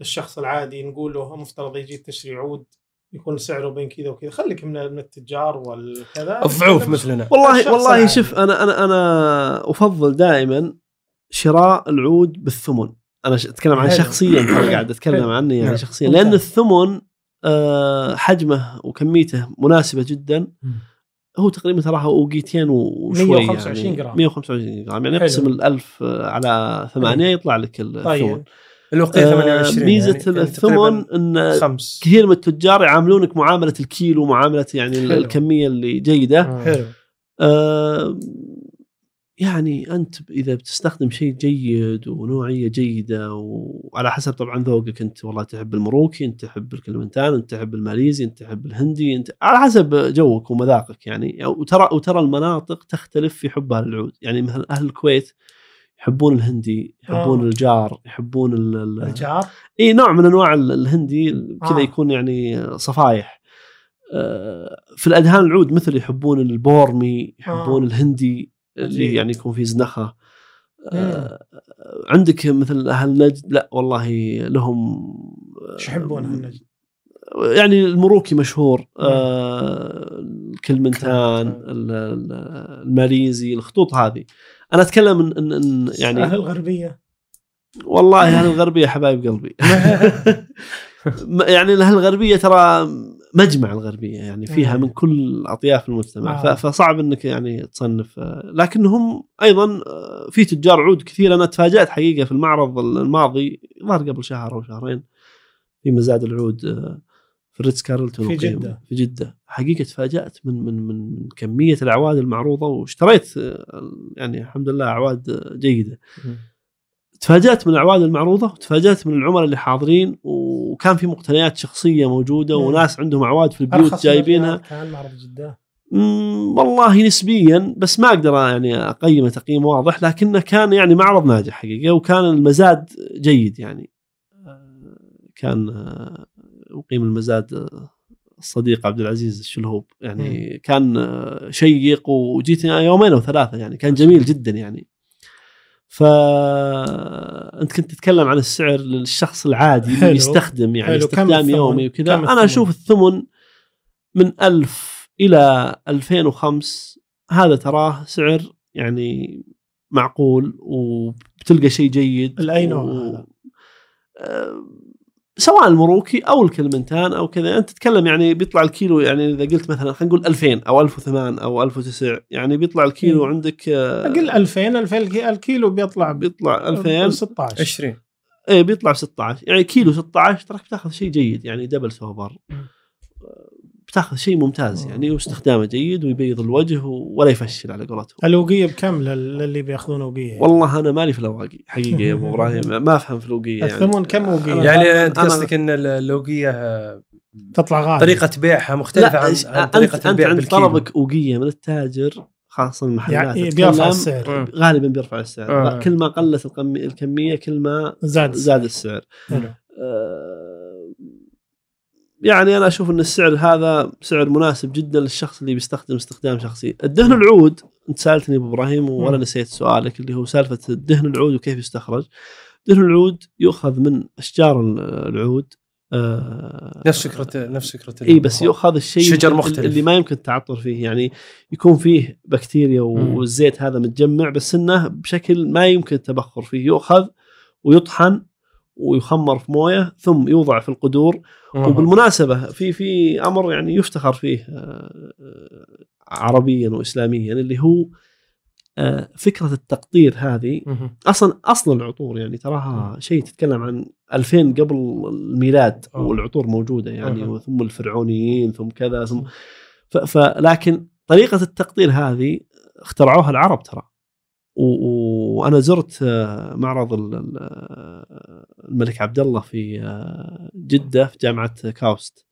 C: للشخص العادي نقول له هو مفترض يجي تشتري عود يكون سعره بين كذا وكذا خليك من من التجار والكذا
B: الضعوف مثلنا
A: والله
C: الشخص يعني.
A: والله
C: العادي.
A: شوف انا انا انا افضل دائما شراء العود بالثمن انا ش- اتكلم عن
C: حلو.
A: شخصيا ترى قاعد اتكلم
C: حلو.
A: عني يعني
B: نعم.
A: شخصيا لان
C: ممتاز.
A: الثمن آه، حجمه وكميته مناسبه جدا هو تقريبا تراها اوقيتين وشوي
C: 125
A: يعني
C: جرام.
A: 125 جرام يعني
C: حلو.
A: اقسم ال 1000 على 8 يطلع لك الثمن
C: طيب
B: الوقت
A: آه،
B: 28
A: ميزه
B: يعني
A: الثمن
B: تقريباً
A: ان
B: خمس
A: كثير من التجار يعاملونك معامله الكيلو معامله يعني
B: حلو.
A: الكميه اللي جيده
C: آه.
B: حلو
A: آه، يعني انت اذا بتستخدم شيء جيد ونوعيه جيده وعلى حسب طبعا ذوقك انت والله تحب المروكي انت تحب الكلمنتان انت تحب الماليزي انت تحب الهندي انت على حسب جوك ومذاقك يعني وترى وترى المناطق تختلف في حبها للعود يعني مثلا اهل الكويت يحبون الهندي يحبون
C: آه.
A: الجار يحبون ال- ال-
C: الجار
A: اي نوع من انواع ال- الهندي كذا
C: آه.
A: يكون يعني صفايح آه، في الادهان العود مثل يحبون البورمي يحبون
C: آه.
A: الهندي اللي
C: عجيب.
A: يعني يكون فيه زنخه
C: إيه،
A: آه، عندك مثل اهل نجد لا والله لهم
C: ايش يحبون هالنجد؟
A: يعني المروكي مشهور
C: مم.
A: آه، الكلمنتان
B: كلمنتان.
A: ال- ال- الماليزي الخطوط هذه انا اتكلم إن- إن إن يعني
C: اهل الغربيه
A: والله اهل الغربيه حبايب قلبي م- يعني الاهل الغربيه ترى مجمع الغربيه يعني فيها
C: آه.
A: من كل اطياف المجتمع ف-
C: آه.
A: فصعب انك يعني تصنف آه، لكنهم ايضا آه، في تجار عود كثير انا تفاجات حقيقه في المعرض الماضي ظهر قبل شهر او شهرين في مزاد العود آه، في الريتز كارلتون
C: في
A: وقيم-
C: جدة.
A: في جده حقيقه تفاجات من من من من كميه الاعواد المعروضه واشتريت آه، يعني الحمد لله اعواد آه، جيده تفاجأت من الاعواد المعروضه وتفاجأت من العملاء اللي حاضرين وكان في مقتنيات شخصيه موجوده
C: مم.
A: وناس عندهم اعواد في
C: ارخص
A: البيوت
C: من
A: جايبينها
C: الرياض كان معرض جده
A: مم، والله نسبيا بس ما اقدر يعني اقيمه تقييم واضح لكنه كان يعني معرض ناجح حقيقه وكان المزاد جيد يعني آه، كان آه، مقيم المزاد آه، الصديق عبد العزيز الشلهوب يعني كان آه، شيق وجيت يومين او ثلاثه يعني كان جميل جدا يعني ف انت كنت تتكلم عن السعر للشخص العادي اللي
C: حلو.
A: يستخدم يعني
C: حلو. كم
A: استخدام
C: الثمن؟
A: يومي وكذا
C: كم
A: انا
C: الثمن؟
A: اشوف الثمن من 1000 الى 2005 هذا تراه سعر يعني معقول وبتلقى شيء جيد
C: لأي نوع هذا؟
A: آه، سواء المروكي او الكلمنتان او كذا انت تتكلم يعني بيطلع الكيلو يعني اذا قلت مثلا خلينا نقول 2000 او 1008 او 1009 يعني بيطلع الكيلو
C: إيه.
A: عندك آه،
C: اقل 2000 2000 الكيلو بيطلع ب
A: بيطلع 2000
C: 16
B: 20
A: ايه بيطلع ب 16 يعني كيلو 16 تراك بتاخذ شيء جيد يعني دبل سوبر بتاخذ شيء ممتاز يعني واستخدامه جيد ويبيض الوجه ولا يفشل على قولتهم
C: الوقيه بكم لل- للي بياخذون وقيه؟
A: والله انا مالي في الاواقي حقيقه يا ابو ابراهيم ما افهم في الاوقيه يعني
C: الثمن كم وقيه؟
A: أنا-
B: يعني انت
A: أنا-
B: قصدك ان اللوقيه آه،
C: تطلع غالي
B: طريقه بيعها مختلفه عن,
A: إيش-
B: عن طريقه
A: انت, انت
B: البيع
A: عند
B: بالكيلو
A: طلبك اوقيه من التاجر خاصه المحلات
C: يعني
A: تتكلم،
C: بيرفع السعر
B: مم.
A: غالبا بيرفع السعر
B: آه.
A: كل ما قلت القم- الكميه كل ما
C: زاد
A: زاد السعر
C: حلو.
A: آه، يعني انا اشوف ان السعر هذا سعر مناسب جدا للشخص اللي بيستخدم استخدام شخصي الدهن العود انت سالتني ابو ابراهيم ولا
C: مم.
A: نسيت سؤالك اللي هو سالفه الدهن العود وكيف يستخرج دهن العود يؤخذ من اشجار العود آه،
B: نفس فكره نفس فكره
A: اي إيه، بس يؤخذ الشيء
B: شجر
A: اللي-
B: مختلف.
A: اللي ما يمكن التعطر فيه يعني يكون فيه بكتيريا
B: مم.
A: و- والزيت هذا متجمع بس انه بشكل ما يمكن التبخر فيه يؤخذ ويطحن ويخمر في مويه ثم يوضع في القدور وبالمناسبه في في امر يعني يفتخر فيه آه، آه، عربيا واسلاميا اللي هو آه، فكره التقطير هذه
B: مهم.
A: اصلا اصل العطور يعني تراها شيء تتكلم عن 2000 قبل الميلاد
B: آه.
A: والعطور موجوده يعني
B: أها.
A: وثم الفرعونيين ثم كذا ثم ف- فلكن طريقه التقطير هذه اخترعوها العرب ترى و- و- وانا زرت آه، معرض ال- ال- آه، الملك عبد الله في آه، جده في جامعه كاوست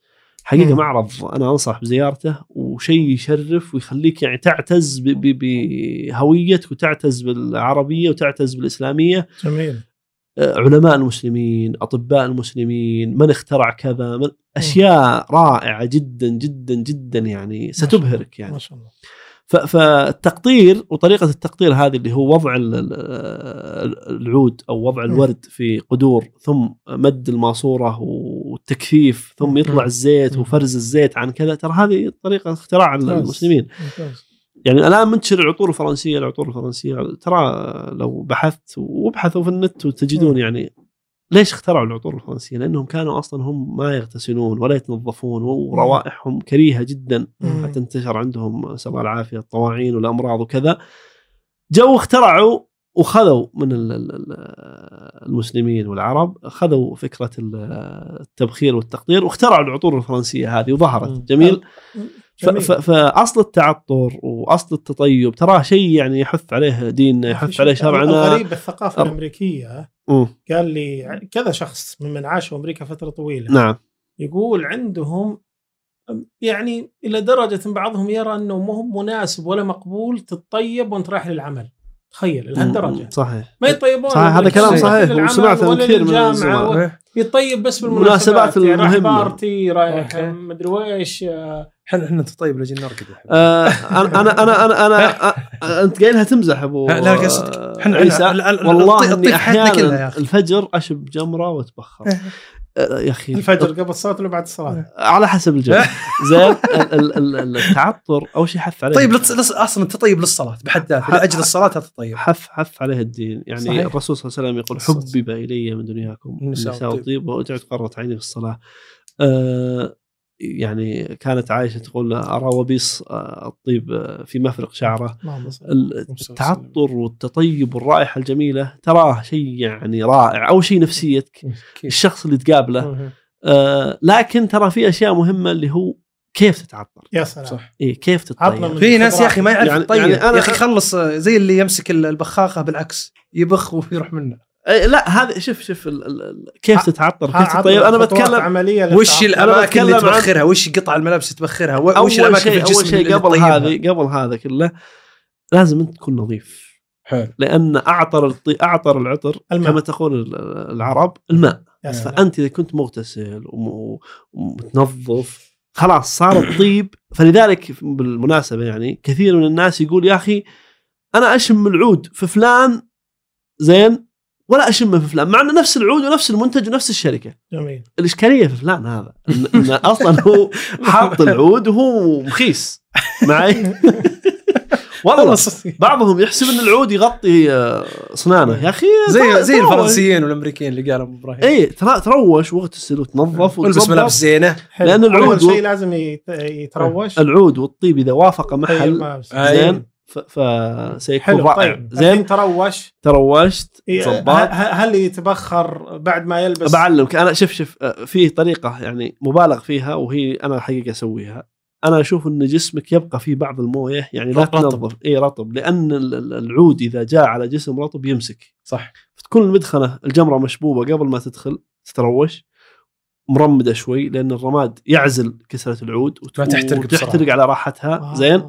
A: حقيقه
B: مم.
A: معرض انا انصح بزيارته وشيء يشرف ويخليك يعني تعتز ب- ب- بهويتك وتعتز بالعربيه وتعتز بالاسلاميه
C: جميل
A: آه، علماء المسلمين اطباء المسلمين من اخترع كذا من اشياء رائعه جدا جدا جدا يعني ستبهرك يعني
C: ما شاء الله
A: ف- فالتقطير وطريقه التقطير هذه اللي هو وضع ال- ال- العود او وضع الورد في قدور ثم مد الماسوره والتكثيف ثم يطلع الزيت
B: مم.
A: وفرز الزيت عن كذا ترى هذه طريقه اختراع
C: ممتاز.
A: المسلمين
C: ممتاز.
A: يعني الان منتشر العطور الفرنسيه العطور الفرنسيه ترى لو بحثت وابحثوا في النت وتجدون يعني ليش اخترعوا العطور الفرنسيه؟ لانهم كانوا اصلا هم ما يغتسلون ولا يتنظفون وروائحهم كريهه جدا
C: مم.
A: حتى انتشر عندهم نسال الله العافيه الطواعين والامراض وكذا جو اخترعوا وخذوا من ال- ال- ال- المسلمين والعرب خذوا فكره ال- التبخير والتقطير واخترعوا العطور الفرنسيه هذه وظهرت
B: مم.
A: جميل ف-
C: جميل.
A: ف- فاصل التعطر واصل التطيب تراه شيء يعني يحث عليه ديننا يحث عليه شرعنا
C: الغريب بالثقافه
A: أر-
C: الامريكيه
A: مم.
C: قال لي كذا شخص ممن عاشوا امريكا فتره طويله
A: نعم
C: يقول عندهم يعني الى درجه ان بعضهم يرى انه مو هو مناسب ولا مقبول تتطيب وانت رايح للعمل تخيل لهالدرجه
A: مم. صحيح
C: ما يطيبون
A: صحيح، هذا
C: بالكسوف
D: كلام
C: ولا
A: صحيح،
C: للعمل
A: وسمعت
C: ولا
A: كثير من
C: للجامعة
A: الزملاء.
B: إيه؟
C: ولا- يطيب بس
A: المناسبات
C: بالمناسبات يعني رايح
A: المهمة.
C: بارتي رايح
B: أوكي.
C: مدري ويش آه،
B: احنا احنا طيب لجي نرقد يا حبيبي.
A: آه، انا انا انا انا, أنا آه، انت قايلها تمزح ابو
B: لا، لا،
A: آه،
B: قصدك. إحنا-
A: عيسى.
B: إحنا- لا، طيب، لا، الطي-
A: والله
B: الطي
A: اني
B: في حياتنا كلها يا
A: احيانا
B: أخي.
A: الفجر اشب جمره واتبخر
B: إيه.
A: آه، يا اخي
C: الفجر قبل الصلاه ولا بعد الصلاه؟
A: على حسب الجو زين ال- ال- ال- التعطر اول شيء حث عليه
B: طيب لص- لص- اصلا انت طيب للصلاه بحد ذاته
A: آه،
B: لاجل الصلاه انت طيب
A: حث حث عليه الدين يعني
B: صحيح.
A: صحيح. الرسول صلى الله عليه وسلم يقول
B: صلى الله عليه
A: حبب الي من دنياكم
B: النساء
A: النساء
B: والطيب.
A: والطيب واجعل قرة عيني في الصلاه آه يعني كانت عائشه تقول ارى وبيص آه، الطيب آه، في مفرق شعره
C: اللهم صل.
A: ال- التعطر والتطيب والرائحه الجميله تراه شيء يعني رائع او شيء نفسيتك
B: إيه.
A: الشخص اللي تقابله
B: مهم.
A: آه لكن ترى في اشياء مهمه اللي هو كيف تتعطر
C: يا سلام
B: صح.
A: إيه كيف
C: عطنا
A: تتطيب
C: من
B: في ناس يا اخي ما يعرف
A: يعني-
B: يطيب
A: يعني أنا-
B: يا اخي خلص آه، زي اللي يمسك ال- البخاخه بالعكس يبخ ويروح منه
A: آه لا هذا شوف شوف ال- ال- ال- كيف
C: ع-
A: تتعطر
C: عطنا
A: كيف تتطيب انا
C: خطوات
A: طيب، بتكلم
C: عمليه
B: وش
C: للتعاطي.
B: الاماكن اللي
A: بتكلم عن-
B: تبخرها وش قطع الملابس اللي تبخرها و-
A: اول
B: وش
A: شيء
B: الاماكن في الجسم
A: اول شيء
B: اللي
A: قبل
B: تطيبها؟
A: هذه قبل هذا كله لازم انت تكون نظيف
B: حلو.
A: لان اعطر الطي... اعطر العطر
C: الماء.
A: الماء. كما تقول ال- العرب الماء
C: يا سلام.
A: فانت اذا كنت مغتسل وم- ومتنظف خلاص صار الطيب فلذلك بالمناسبه يعني كثير من الناس يقول يا اخي انا اشم العود في فلان زين ولا اشمه في فلان مع انه نفس العود ونفس المنتج ونفس الشركه
C: جميل
A: الاشكاليه في فلان هذا إن- إن اصلا هو حاط العود وهو مخيس معي والله
B: خلص.
A: بعضهم يحسب ان العود يغطي آه، اسنانه يا اخي
B: زي
A: ترى-
B: زي
A: تروش.
B: الفرنسيين والامريكين اللي قالوا أبو ابراهيم
A: اي ترى- إيه، تروش واغتسل وتنظف
B: البس ملابس
A: وتنظف
B: زينه
C: حلو.
A: لأن
C: اول
A: العود-
C: شيء لازم يت- يتروش
A: العود والطيب اذا وافق
C: طيب
A: محل
C: ما بس.
B: أيوة.
A: زين ف- فسيكون
C: حلو
A: رائع
C: طيب
A: زين
C: زين تروش
A: تروشت
C: إيه،
A: ظبطت
C: ه- هل يتبخر بعد ما يلبس
A: بعلمك انا شوف شوف آه، في طريقه يعني مبالغ فيها وهي انا الحقيقه اسويها انا اشوف ان جسمك يبقى فيه بعض المويه يعني لا
B: رطب.
A: تنظف اي رطب لان ال- ال- العود اذا جاء على جسم رطب يمسك
B: صح
A: فتكون المدخنه الجمره مشبوبه قبل ما تدخل تتروش مرمده شوي لان الرماد يعزل كسره العود وت-
B: ما تحترق بسرعة.
A: وتحترق على راحتها
C: آه.
A: زين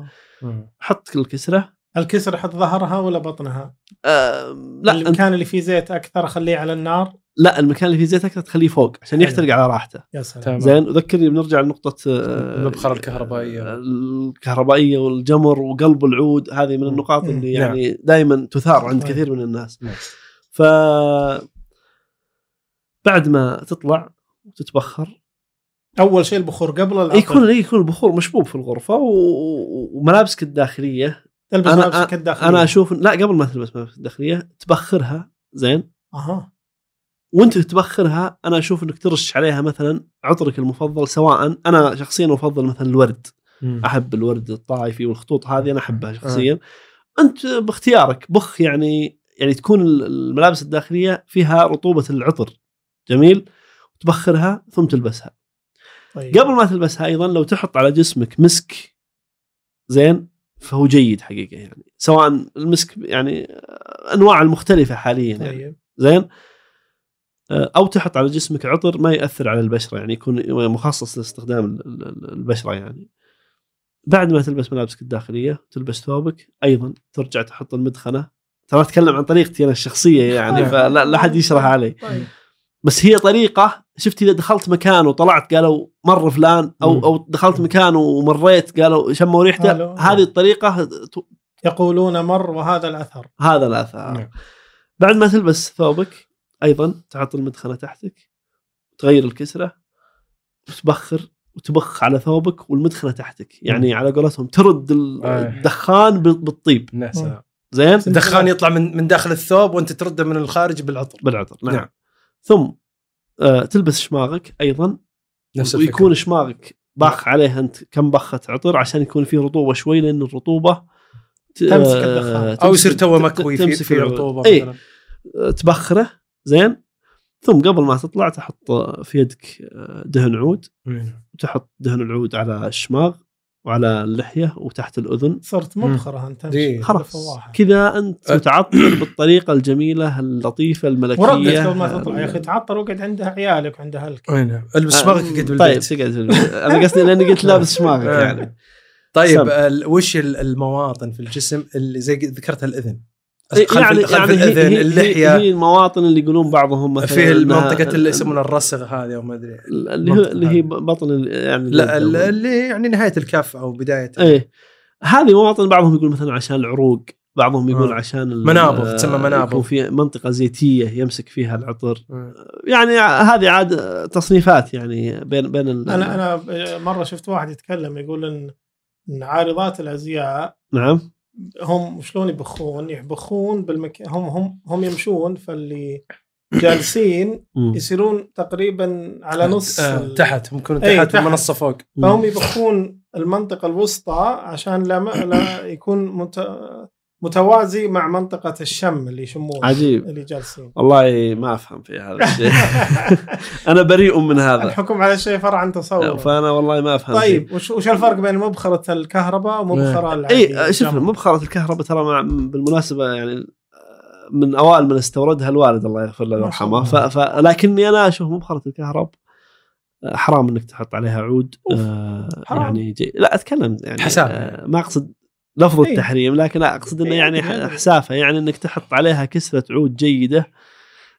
A: حط الكسره
C: الكسر حط ظهرها ولا بطنها؟
A: آه لا أنت-
C: المكان اللي فيه زيت اكثر خليه على النار
A: لا المكان اللي فيه زيت اكثر تخليه فوق عشان
B: حلو.
A: يحترق على راحته
C: يا سلام
B: تمام.
A: زين وذكرني بنرجع لنقطة آه،
B: المبخرة الكهربائية.
A: الكهربائية والجمر وقلب العود هذه من النقاط
C: مم.
A: اللي
B: نعم.
A: يعني دائما تثار عند
C: طيب.
A: كثير من الناس
B: نعم.
A: ف بعد ما تطلع وتتبخر
C: اول شيء البخور قبل العطر
A: يكون يكون البخور مشبوب في الغرفة و- و- وملابسك الداخلية
C: تلبس
A: أنا-
C: ملابسك الداخلية
A: أنا أشوف لا قبل ما تلبس ملابسك الداخلية تبخرها زين
C: اها
A: وانت تبخرها انا اشوف انك ترش عليها مثلا عطرك المفضل سواء انا شخصيا افضل مثلا الورد
B: مم.
A: احب الورد الطائفي والخطوط هذه انا احبها شخصيا انت باختيارك بخ يعني يعني تكون الملابس الداخليه فيها رطوبه العطر جميل تبخرها ثم تلبسها
C: طيب.
A: قبل ما تلبسها ايضا لو تحط على جسمك مسك زين فهو جيد حقيقه يعني سواء المسك يعني انواع المختلفه حاليا يعني
C: طيب
A: زين آه، او تحط على جسمك عطر ما ياثر على البشره يعني يكون مخصص لاستخدام ال- ال- ال- البشره يعني بعد ما تلبس ملابسك الداخليه تلبس ثوبك ايضا ترجع تحط المدخنه ترى اتكلم عن طريقتي انا الشخصيه يعني فلا لا حد يشرح علي
C: طيب
A: بس هي طريقه شفت اذا دخلت مكان وطلعت قالوا مر فلان
B: مم.
A: او او دخلت مكان ومريت قالوا شموا
C: هلو.
A: ريحته هذه الطريقه ت-
C: يقولون مر وهذا الاثر
A: هذا الاثار
B: نعم.
A: بعد ما تلبس ثوبك ايضا تحط المدخنه تحتك تغير الكسره وتبخر وتبخ على ثوبك والمدخنه تحتك يعني على قولتهم ترد ال-
B: آه.
A: الدخان بال- بالطيب
B: يا سلام.
A: زين
B: الدخان نعم. يطلع من من داخل الثوب وانت ترده من الخارج بالعطر
A: بالعطر نعم,
B: نعم.
A: ثم آه تلبس شماغك ايضا
B: نفس نعم. الفكره
A: ويكون شماغك باخ عليه انت كم بخه عطر عشان يكون فيه رطوبه شوي لان الرطوبه ت-
C: تمسك
A: آه،
C: الدخان.
B: او يصير
A: تمسك-
B: توه
A: ت-
B: مكوي في,
A: تمسك
B: في
A: الرطوبة.
B: رطوبه
A: إيه.
B: مثلا
A: آه، تبخره زين ثم قبل ما تطلع تحط آه، في يدك آه، دهن عود
B: مم.
A: وتحط دهن العود على الشماغ وعلى اللحيه وتمشي بالأذن.
C: صرت مبخره انت
B: دي.
A: إيه، خلاص كذا انت
B: أه.
A: متعطر بالطريقه الجميله اللطيفه
C: وردت
A: الملكيه
C: قبل ما تطلع يا اخي تعطر وقعد عند عيالك وعند اهلك
B: اي نعم البس شماغك قد
A: بالبيت طيب
B: بالبيت
A: تقعد في البيت. انا قصدي لاني قلت لابس شماغك
B: آه.
A: يعني
B: طيب
A: سم.
B: ال- وش ال- المواطن في الجسم اللي زي ذكرتها الاذن
A: إيه،
B: خلف, يعني خلف يعني
A: هي-
B: الاذن
A: هي- هي,
B: اللحيه
A: هي المواطن اللي يقولون بعضهم مثلا
B: في المنطقه
A: إنها-
B: اللي يسمونها الرسغ هذه او ما ادري
A: اللي هو اللي هي بطن ال- يعني
B: لا
A: ال-
B: ال- اللي يعني نهايه الكف او بدايه
A: ايه هذه مواطن بعضهم يقول مثلا عشان العروق بعضهم يقول
B: آه.
A: عشان ال-
B: منابض، تسمى
A: آه،
B: منابض.
A: يكون في منطقه زيتيه يمسك فيها العطر
B: مم.
A: يعني ع- هذه عاد تصنيفات يعني بين بين ال-
C: انا انا مره شفت واحد يتكلم يقول ان ان عارضات الازياء
A: نعم
C: هم شلون يبخون؟ يبخون بالمكان هم هم هم يمشون فاللي جالسين
A: مم.
C: يصيرون تقريبا على نص
B: آه،
C: ال-
B: تحت هم يكونوا
C: إيه،
B: تحت
C: تحت.
B: والمنصه فوق
C: فهم يبخون المنطقة الوسطى عشان لا, ما لا يكون مت... متوازي مع منطقة الشم اللي يشمون
A: عجيب
C: اللي جالسين
A: والله ما افهم في هذا الشيء انا بريء من هذا
C: الحكم على الشيء فرع عن تصور
A: فانا والله ما افهم فيه.
C: طيب وش, وش الفرق بين مبخرة الكهرباء ومبخرة العادية؟ نعم.
A: اي إيه، آه، شوف مبخره الكهرباء ترى مع بالمناسبه يعني من اوائل من استوردها الوالد الله يغفر له
C: ما شاء
A: ويرحمه ف...
C: الله.
A: ف... لكني انا اشوف مبخره الكهرب آه، حرام انك تحط عليها عود
C: أوف،
A: آه
C: حرام.
A: يعني جي... لا اتكلم يعني
B: حساب.
A: آه ما اقصد لفظ
C: إيه.
A: التحريم لكن اقصد انه
C: إيه،
A: يعني
C: أدري، أدري.
A: ح- حسافه يعني انك تحط عليها كسره عود جيده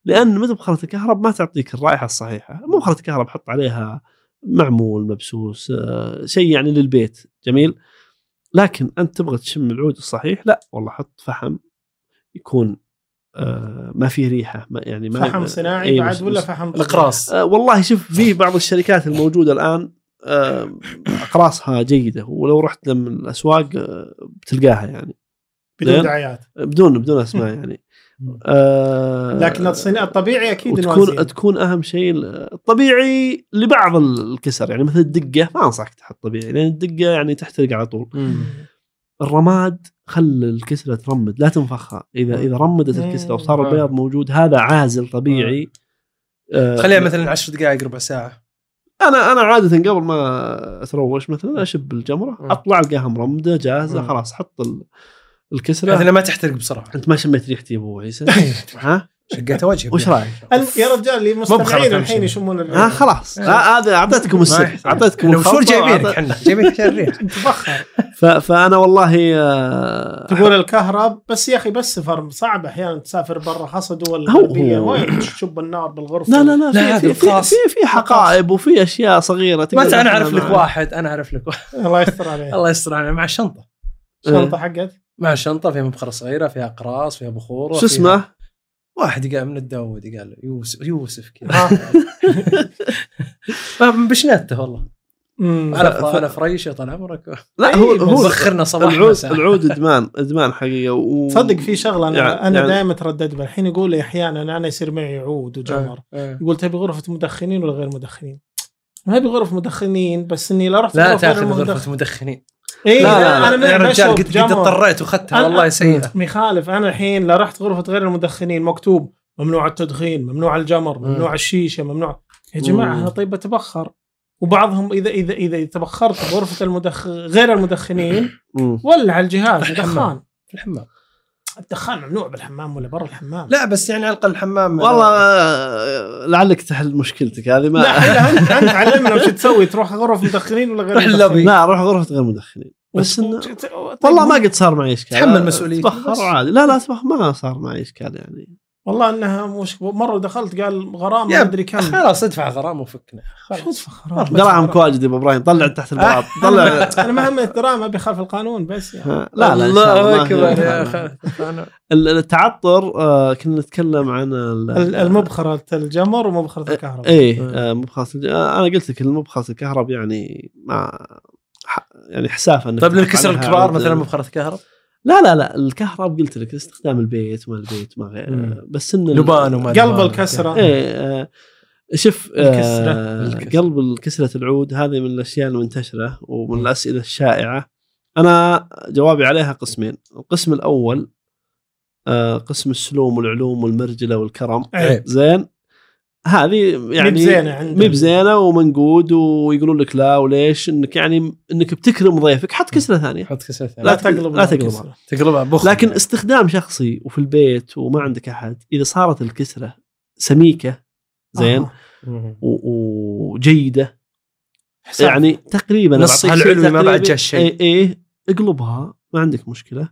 A: لان مبخره الكهرب ما تعطيك الرائحه الصحيحه مبخره الكهرب حط عليها معمول مبسوس آه، شيء يعني للبيت جميل لكن انت تبغى تشم العود الصحيح لا والله حط فحم يكون آه ما فيه ريحه ما يعني ما
C: فحم صناعي
A: إيه،
C: بعد
A: مس-
C: ولا
A: مس-
C: فحم طبيعي؟
B: الاقراص
A: آه والله شوف في بعض الشركات الموجوده الان آه اقراصها جيده ولو رحت لم الاسواق آه بتلقاها يعني
C: بدون
A: زين.
C: دعايات
A: بدون بدون اسماء يعني آه
C: لكن الصناعة الطبيعي اكيد انه
A: وتكون
C: وتكون
A: تكون اهم شيء الطبيعي لبعض الكسر يعني مثل الدقه ما انصحك تحط طبيعي لان الدقه يعني تحترق على طول الرماد خل الكسره ترمد لا تنفخها اذا اذا رمدت الكسره وصار
B: مم.
A: البياض موجود هذا عازل طبيعي آه،
B: خليها مثلا 10 دقائق ربع ساعه
A: انا انا عاده قبل ما اتروش مثلا اشب الجمره
B: مم.
A: اطلع القاها مرمده جاهزه
B: مم.
A: خلاص حط ال- الكسره
B: مثلا ما تحترق بسرعه
A: انت ما شميت ريحتي يا ابو عيسى ها
B: شقيت وجهك
A: وش رايك؟
C: طيب، يا رجال اللي مستمعين
B: أهم شيء.
C: الحين يشمون الريحة
A: ها آه، خلاص ها- هذا اعطيتكم السر اعطيتكم
B: آه. لو شو
A: الخلطة
B: جايبينك
A: وأعطيت-
B: احنا جايبينك عشان الريح
C: تبخر
A: ف- فانا والله آه،
C: تقول الكهرب بس يا اخي بس سفر صعب احيانا تسافر برا خاصه دول
A: هو-
C: غربيه
A: هو-
C: وين تشب النار بالغرفه
A: لا لا لا,
B: لا، هذا
A: في, في, في,
B: الخاص.
A: في, في حقائب وفي اشياء صغيره
B: ما
A: تقدر
B: أنت- انا اعرف
A: تحلم
B: لك
A: عنها.
B: واحد انا اعرف لك واحد
C: الله يستر عليه
B: الله يستر علينا مع الشنطه
A: إيه.
C: الشنطه حقت
B: مع الشنطه فيها مبخره صغيره فيها اقراص فيها بخور
A: شو اسمه؟
B: واحد قال من الداودي قال يوسف يوسف كذا
C: ها.
B: ما بشنته والله
C: أمم.
B: انا انا فريشه طال عمرك
A: لا هو
C: إيه،
A: هو
B: سخرنا صباح
A: العود
B: مساء.
A: العود ادمان ادمان حقيقه و...
C: تصدق في شغله انا
A: يعني-
C: انا
A: يعني-
C: دائما تردد بها الحين يقول لي احيانا انا يصير معي عود وجمر
B: آه.
C: يقول تبي غرفه مدخنين ولا غير مدخنين؟ ما ابي غرف مدخنين بس اني لا رحت
B: لا
C: غرف غير
B: تاخذ
C: المدخن.
B: غرفه مدخنين
C: إيه
B: لا
C: لا،
B: لا
C: أنا من
B: لا يا رجال
C: بشرب
B: قد قد
C: جمر.
B: اضطريت واخذتها والله سيئه
C: مخالف انا الحين لا رحت غرفه غير المدخنين مكتوب ممنوع التدخين ممنوع الجمر ممنوع الشيشه ممنوع يا جماعه
A: مم.
C: انا طيب اتبخر وبعضهم اذا اذا اذا تبخرت في غرفه المدخ غير المدخنين
A: مم.
C: ولع الجهاز دخان
B: في الحمام
C: الدخان ممنوع بالحمام ولا برا الحمام
B: لا بس يعني على الاقل الحمام
A: والله آه، لعلك تحل مشكلتك هذه ما
C: لا لا انت انت علمنا وش تسوي تروح غرف مدخنين ولا غير
B: روح اللوبي.
C: مدخنين
A: لا اروح غرفه غير مدخنين بس إنه- والله ما قد صار معي اشكال
B: تحمل مسؤولية. بس.
A: تبخر عادي لا لا تبخر ما صار معي اشكال يعني
C: والله انها مش مره دخلت قال غرام ما
B: يا
C: ادري كم
B: خلاص ادفع غرام وفكنا خلاص
A: دراعمك واجد يا ابو ابراهيم طلع تحت البلاط طلع
C: انا ما هم الدراهم ابي خلف القانون بس يعني
A: ها، لا لا إن شاء
B: الله
A: الله ما في-
B: اكبر
A: ما
B: يا
A: في-
B: اخي أنا-
A: ال- التعطر آه، كنا نتكلم عن ال-
C: ال- المبخرة الجمر ومبخرة الكهرباء
A: ايه
B: آه.
A: آه، مبخاص الج- آه، انا قلت لك المبخاص الكهرب يعني ما ح- يعني حسافه انك
B: طيب للكسر
A: تفعلها
B: الكبار
A: عند-
B: مثلا مبخرة كهرب
A: لا لا لا الكهرب قلت لك استخدام البيت وما البيت ما
B: مم.
A: غير آه، بس ان ال-
B: لبان وما
C: قلب
B: لبان.
C: الكسرة.
A: ايه آه، شوف
C: الكسرة.
A: آه،
B: الكسرة.
A: قلب كسرة العود هذه من الاشياء المنتشره ومن الاسئله الشائعه انا جوابي عليها قسمين القسم الاول آه، قسم السلوم والعلوم والمرجله والكرم
C: عيب.
A: زين هذه يعني
C: مي بزينة عندنا.
A: مي بزينه ومنقود ويقولون لك لا وليش انك يعني انك بتكرم ضيفك حط كسره ثانيه
B: حط كسرة ثانية.
C: لا
A: لا تقل-
C: تقلب
A: لا تقلبها.
C: الكسرة.
B: تقلبها بخ
A: لكن استخدام شخصي وفي البيت وما عندك احد اذا صارت الكسره سميكه زين
C: آه.
B: مم.
A: و- وجيده
C: حساب.
A: يعني تقريبا
B: نصها
A: بعطيك شيء
B: العلوي ما
A: تقريبي-
B: بعد جاء الشيء.
A: اي اي اقلبها ما عندك مشكله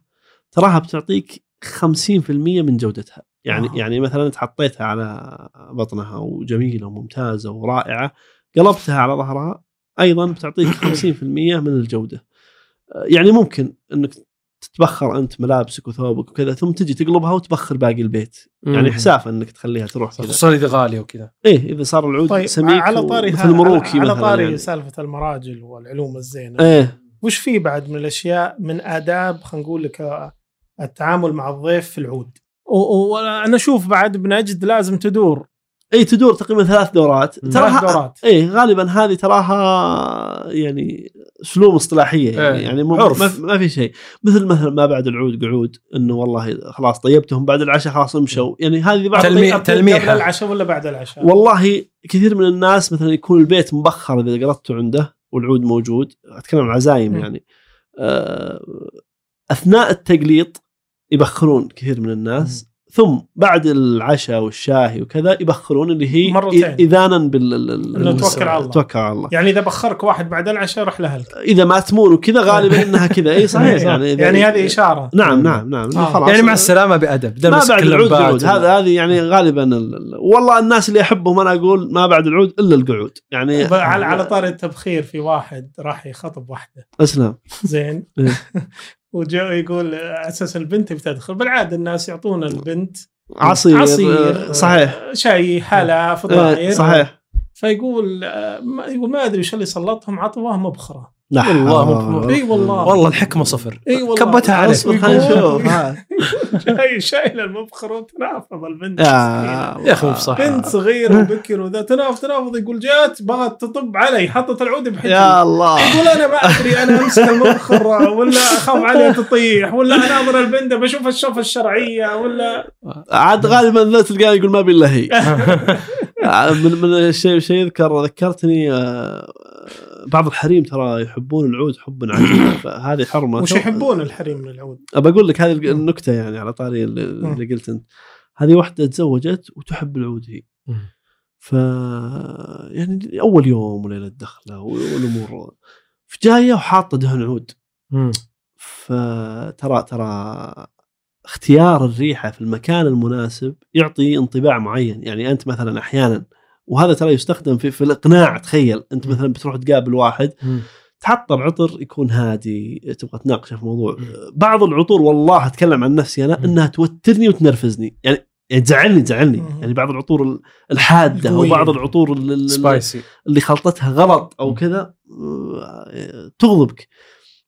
A: تراها بتعطيك 50% من جودتها يعني
C: آه.
A: يعني مثلا انت حطيتها على بطنها وجميله وممتازه ورائعه قلبتها على ظهرها ايضا بتعطيك 50% من الجوده آه، يعني ممكن انك تتبخر انت ملابسك وثوبك وكذا ثم تجي تقلبها وتبخر باقي البيت يعني
B: مم.
A: حسافه انك تخليها تروح كذا
B: خصوصا اذا غاليه وكذا
A: ايه اذا صار العود
C: طيب
A: سميك
C: على طاري
A: مثل
C: ها-
A: المروكي
C: على
A: مثلاً
C: طاري
A: يعني.
C: سالفة المراجل والعلوم الزينة
A: ايه
C: وش في بعد من الاشياء من اداب خلينا نقول لك آه، التعامل مع الضيف في العود و- و- وانا اشوف بعد بنجد لازم تدور
A: اي إيه، تدور تقريبا ثلاث دورات
B: مم.
A: تراها
C: ثلاث دورات.
A: ايه غالبا هذه تراها يعني سلوم اصطلاحيه يعني,
B: إيه،
A: يعني مو
B: عرف.
A: ما, في- ما في شيء مثل مثلا ما بعد العود قعود انه والله خلاص طيبتهم بعد العشاء خلاص امشوا يعني هذه بعض
B: تلميع-
C: أبطي- أبطي قبل
B: تلميحة.
C: العشاء ولا بعد العشاء
A: والله كثير من الناس مثلا يكون البيت مبخر اذا قرضته عنده والعود موجود اتكلم عن عزايم
C: مم.
A: يعني آه، اثناء التقليط يبخرون كثير من الناس ثم بعد العشاء والشاهي وكذا يبخرون اللي هي
C: مرتين.
A: إ- اذانا بال
C: إنه توكل على الله.
A: توكل على الله
C: يعني اذا بخرك واحد بعد العشاء روح لاهلك
A: اذا ما تمون وكذا غالبا انها كذا اي صحيح يعني إذا-
C: يعني هذه اشاره
A: نعم نعم نعم
C: آه.
A: خلاص.
B: يعني مع السلامه بادب ده
A: ما
B: مسك
A: بعد العود
B: اللمبات
A: قعود
B: ولا-
A: هذا هذه يعني غالبا ال- ال- والله الناس اللي احبهم انا اقول ما بعد العود الا القعود يعني
C: على على طاري التبخير في واحد راح يخطب واحده
A: اسلم
C: زين
A: إيه.
C: وجاء يقول على اساس البنت بتدخل بالعاده الناس يعطون البنت
A: عصير,
C: عصير.
A: عصير. صحيح
C: شاي حلا
A: إيه،
C: فطاير
A: صحيح
C: فيقول آه، ما يقول ما ادري وش اللي سلطهم عطوها مبخره
A: لا
B: والله
A: حول.
B: مبروك.
C: إي والله.
B: والله الحكمه صفر
C: إي والله.
B: كبتها عليك
A: اصبر خلينا نشوف ها.
C: جاي شايل المبخره وتنافض البنت مسكينة.
A: يا
B: يا اخي مو بصح
C: بنت
A: إيه.
C: صغيره وبكر وذا تنافض تنافض يقول جات بغت تطب علي حطت العود بحجي
A: يا الله
C: يقول انا ما ادري انا امسك المبخره ولا اخاف عليها تطيح ولا اناظر البنده بشوف الشوفه الشرعيه ولا
A: عاد غالبا ذا تلقاه يقول ما بالله هي من من الشيء شيء يذكر ذكرتني آه، بعض الحريم ترى يحبون العود حبا عجيبا فهذه حرمه
C: وش يحبون الحريم من العود
A: ابى اقول لك هذه النكته يعني على طاري اللي, اللي قلت انت هذه واحده تزوجت وتحب العود هي
B: مم.
A: ف يعني اول يوم وليله الدخله والامور فجايه وحاطه دهن عود فترى ترى اختيار الريحه في المكان المناسب يعطي انطباع معين يعني انت مثلا احيانا وهذا ترى يستخدم في, في الاقناع تخيل انت مثلا بتروح تقابل واحد تعطر عطر يكون هادي تبغى تناقشه في موضوع بعض العطور والله اتكلم عن نفسي انا انها توترني وتنرفزني يعني يعني تزعلني تزعلني
C: مم.
A: يعني بعض العطور الحاده او
C: القوية.
A: بعض العطور ال- ال-
B: سبايسي
A: اللي خلطتها غلط او
B: مم.
A: كذا آه، تغضبك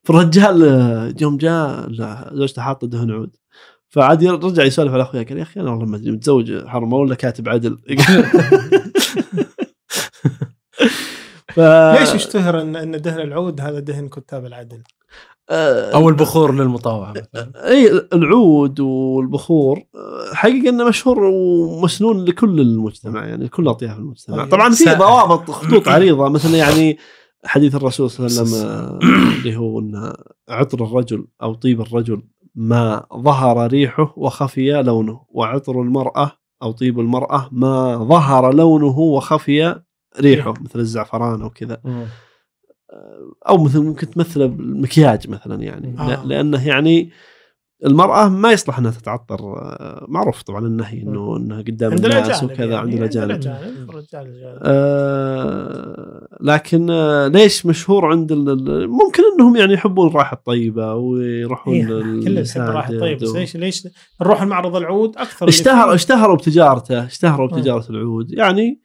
A: فالرجال آه، يوم جاء لا، زوجته حاطه دهن عود فعاد ير- رجع يسولف على اخويا قال يا اخي انا والله ما ادري متزوج حرمه ولا كاتب عدل ف...
C: ليش اشتهر ان ان دهن العود هذا دهن كتاب العدل؟
A: آه،
B: او البخور للمطاوعه مثلا
A: اي العود والبخور آه، حقيقه انه مشهور ومسنون لكل المجتمع يعني لكل اطياف المجتمع
B: طيب.
A: طبعا في
B: سائل.
A: ضوابط خطوط عريضه مثلا يعني حديث الرسول صلى الله عليه وسلم آه، اللي هو ان عطر الرجل او طيب الرجل ما ظهر ريحه وخفي لونه وعطر المراه او طيب المراه ما ظهر لونه وخفي ريحه مثل الزعفران او كذا او مثل ممكن تمثله بالمكياج مثلا يعني
C: آه.
A: آه. لانه يعني المراه ما يصلح انها تتعطر آه، معروف طبعا النهي انه انها قدام
C: عند
A: الناس
C: الاجانب
A: وكذا
C: يعني،
A: عند الاجانب
C: الاجانب الرجال الأجانب.
A: آه لكن آه ليش مشهور عند ال- ال- ممكن انهم يعني يحبون الراحه الطيبه ويروحون
C: إيه،
A: لل-
C: كلنا نحب راحه
A: المساجد
C: طيب بس
A: و-
C: ليش ليش نروح المعرض العود اكثر اللي
A: اشتهر
C: فيه-
A: اشتهروا بتجارته اشتهروا بتجاره العود يعني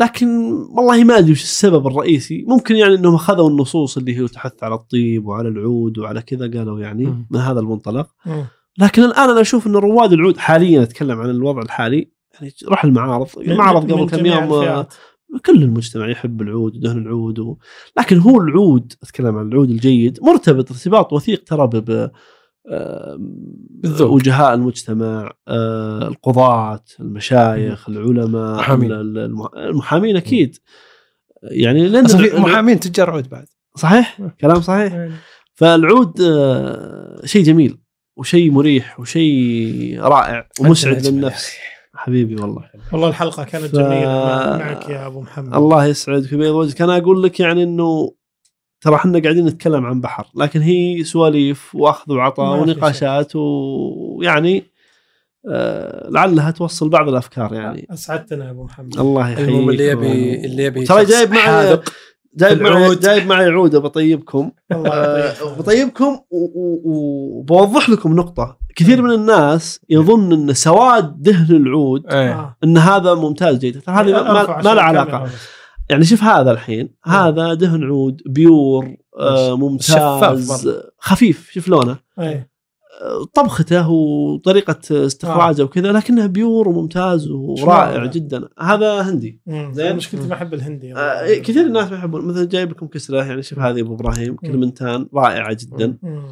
A: لكن والله ما ادري وش السبب الرئيسي ممكن يعني انهم اخذوا النصوص اللي هي تحث على الطيب وعلى العود وعلى كذا قالوا يعني
B: مم.
A: من هذا المنطلق
C: مم.
A: لكن الان انا اشوف ان رواد العود حاليا اتكلم عن الوضع الحالي يعني روح المعارض
C: من-
A: المعرض
C: من
A: قبل كم
C: جميع
A: يوم آه،
C: الفئات.
A: كل المجتمع يحب العود ودهن العود و... لكن هو العود اتكلم عن العود الجيد مرتبط ارتباط وثيق ترى ب ب- آه، وجهاء المجتمع آه، القضاة المشايخ العلماء
B: محامين.
A: ال- ال- المحامين اكيد يعني لان
B: اصلا
A: الع-
B: في محامين تجار عود بعد
A: صحيح كلام صحيح فالعود آه، شيء جميل وشيء مريح وشيء رائع ومسعد
B: أجمل يا
A: للنفس
B: أخي.
A: حبيبي والله
C: والله الحلقه كانت
A: ف-
C: جميله معك يا ابو محمد
A: الله يسعدك ويبيض وجهك انا اقول لك يعني انه ترى احنا قاعدين نتكلم عن بحر لكن هي سواليف واخذ
C: ما
A: وعطاء
C: في
A: ونقاشات ويعني آه، لعلها توصل بعض الافكار يعني
C: اسعدتنا يا ابو محمد
A: الله يحييك
B: المهم أيوة، اللي يبي اللي يبي
A: ترى
B: شخص
A: جايب معي-
B: حاذق
A: جايب معي
B: العود.
A: جايب معي عوده بطيبكم آه،
C: الله يعطيك.
A: طيب. بطيبكم وبوضح لكم نقطه كثير من الناس يظن ان سواد دهن العود
B: إيه.
C: آه.
A: ان هذا ممتاز جيد ترى هذه ما-
C: أرفع
A: ما, ما
C: عشان
A: له علاقه
C: الكاميرا.
A: يعني شوف هذا الحين هذا دهن عود بيور آه
B: شفاف
A: ممتاز خفيف شوف لونه
C: إيه.
A: آه، طبخته وطريقه استخراجه وكذا لكنه بيور وممتاز ورائع
C: شلون؟
A: جدا هذا هندي
C: مم.
A: زين.
C: مشكلتي ما احب الهندي
A: آه إيه، كثير الناس ما يحبون مثلا جايب لكم كسره يعني شوف هذه ابو ابراهيم كلمنتان رائعه جدا
C: مم.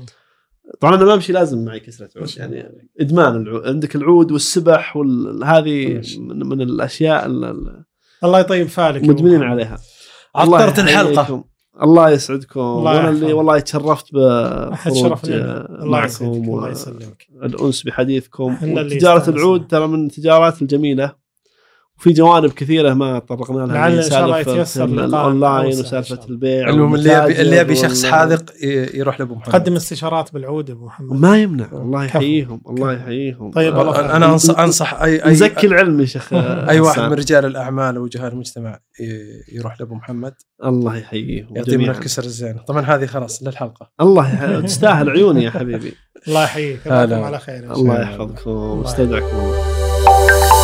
A: طبعا انا ما امشي لازم معي كسره عود يعني ادمان العود عندك العود والسبح وهذه من, من الاشياء ال- ال-
C: الله يطيب فالك يا أبو
A: مدمنين
C: محمد.
A: عليها
B: عطرت
A: الله يحييكم.
B: الحلقة.
A: الله يسعدكم
C: الله
A: وانا اللي
C: يحفظك.
A: والله تشرفت
C: أحد شرف
A: بخروج
C: لنا.
A: آه،
C: الله يسعدك
A: معكم
C: الله يسلمك
A: والانس بحديثكم
C: إحنا اللي
A: تجاره
C: استانسنا.
A: العود ترى من التجارات الجميله وفي جوانب كثيره ما تطرقنا لها
C: لعل
A: من
C: إن شاء الله
A: سالفة
C: يتيسر لقاء
A: الاونلاين
C: أوسع إن
A: وسالفه
C: شاء الله.
A: البيع
B: المهم اللي يبي اللي يبي
A: والمتاجر
B: شخص
A: وال-
B: حاذق ي- يروح لابو محمد
C: قدم استشارات بالعود يا ابو محمد
A: ما يمنع الله
C: كفو.
A: يحييهم الله
C: كفو.
A: يحييهم
C: طيب، الله
A: آه،
C: يخليك.
B: انا أنا انصح انصح اي اي
A: نزكي العلم يا شيخ آه،
B: اي واحد
A: حسان.
B: من رجال الاعمال وجهاء المجتمع ي- يروح لابو محمد
A: الله يحييهم
B: يعطيه من
A: جميعاً.
B: الكسر الزين طبعا هذه خلاص للحلقه
A: الله يح- تستاهل عيوني يا حبيبي
C: الله يحييك
B: هلا.
C: يراكم على خير إن شاء الله.
A: الله يحفظكم واستودعكم الله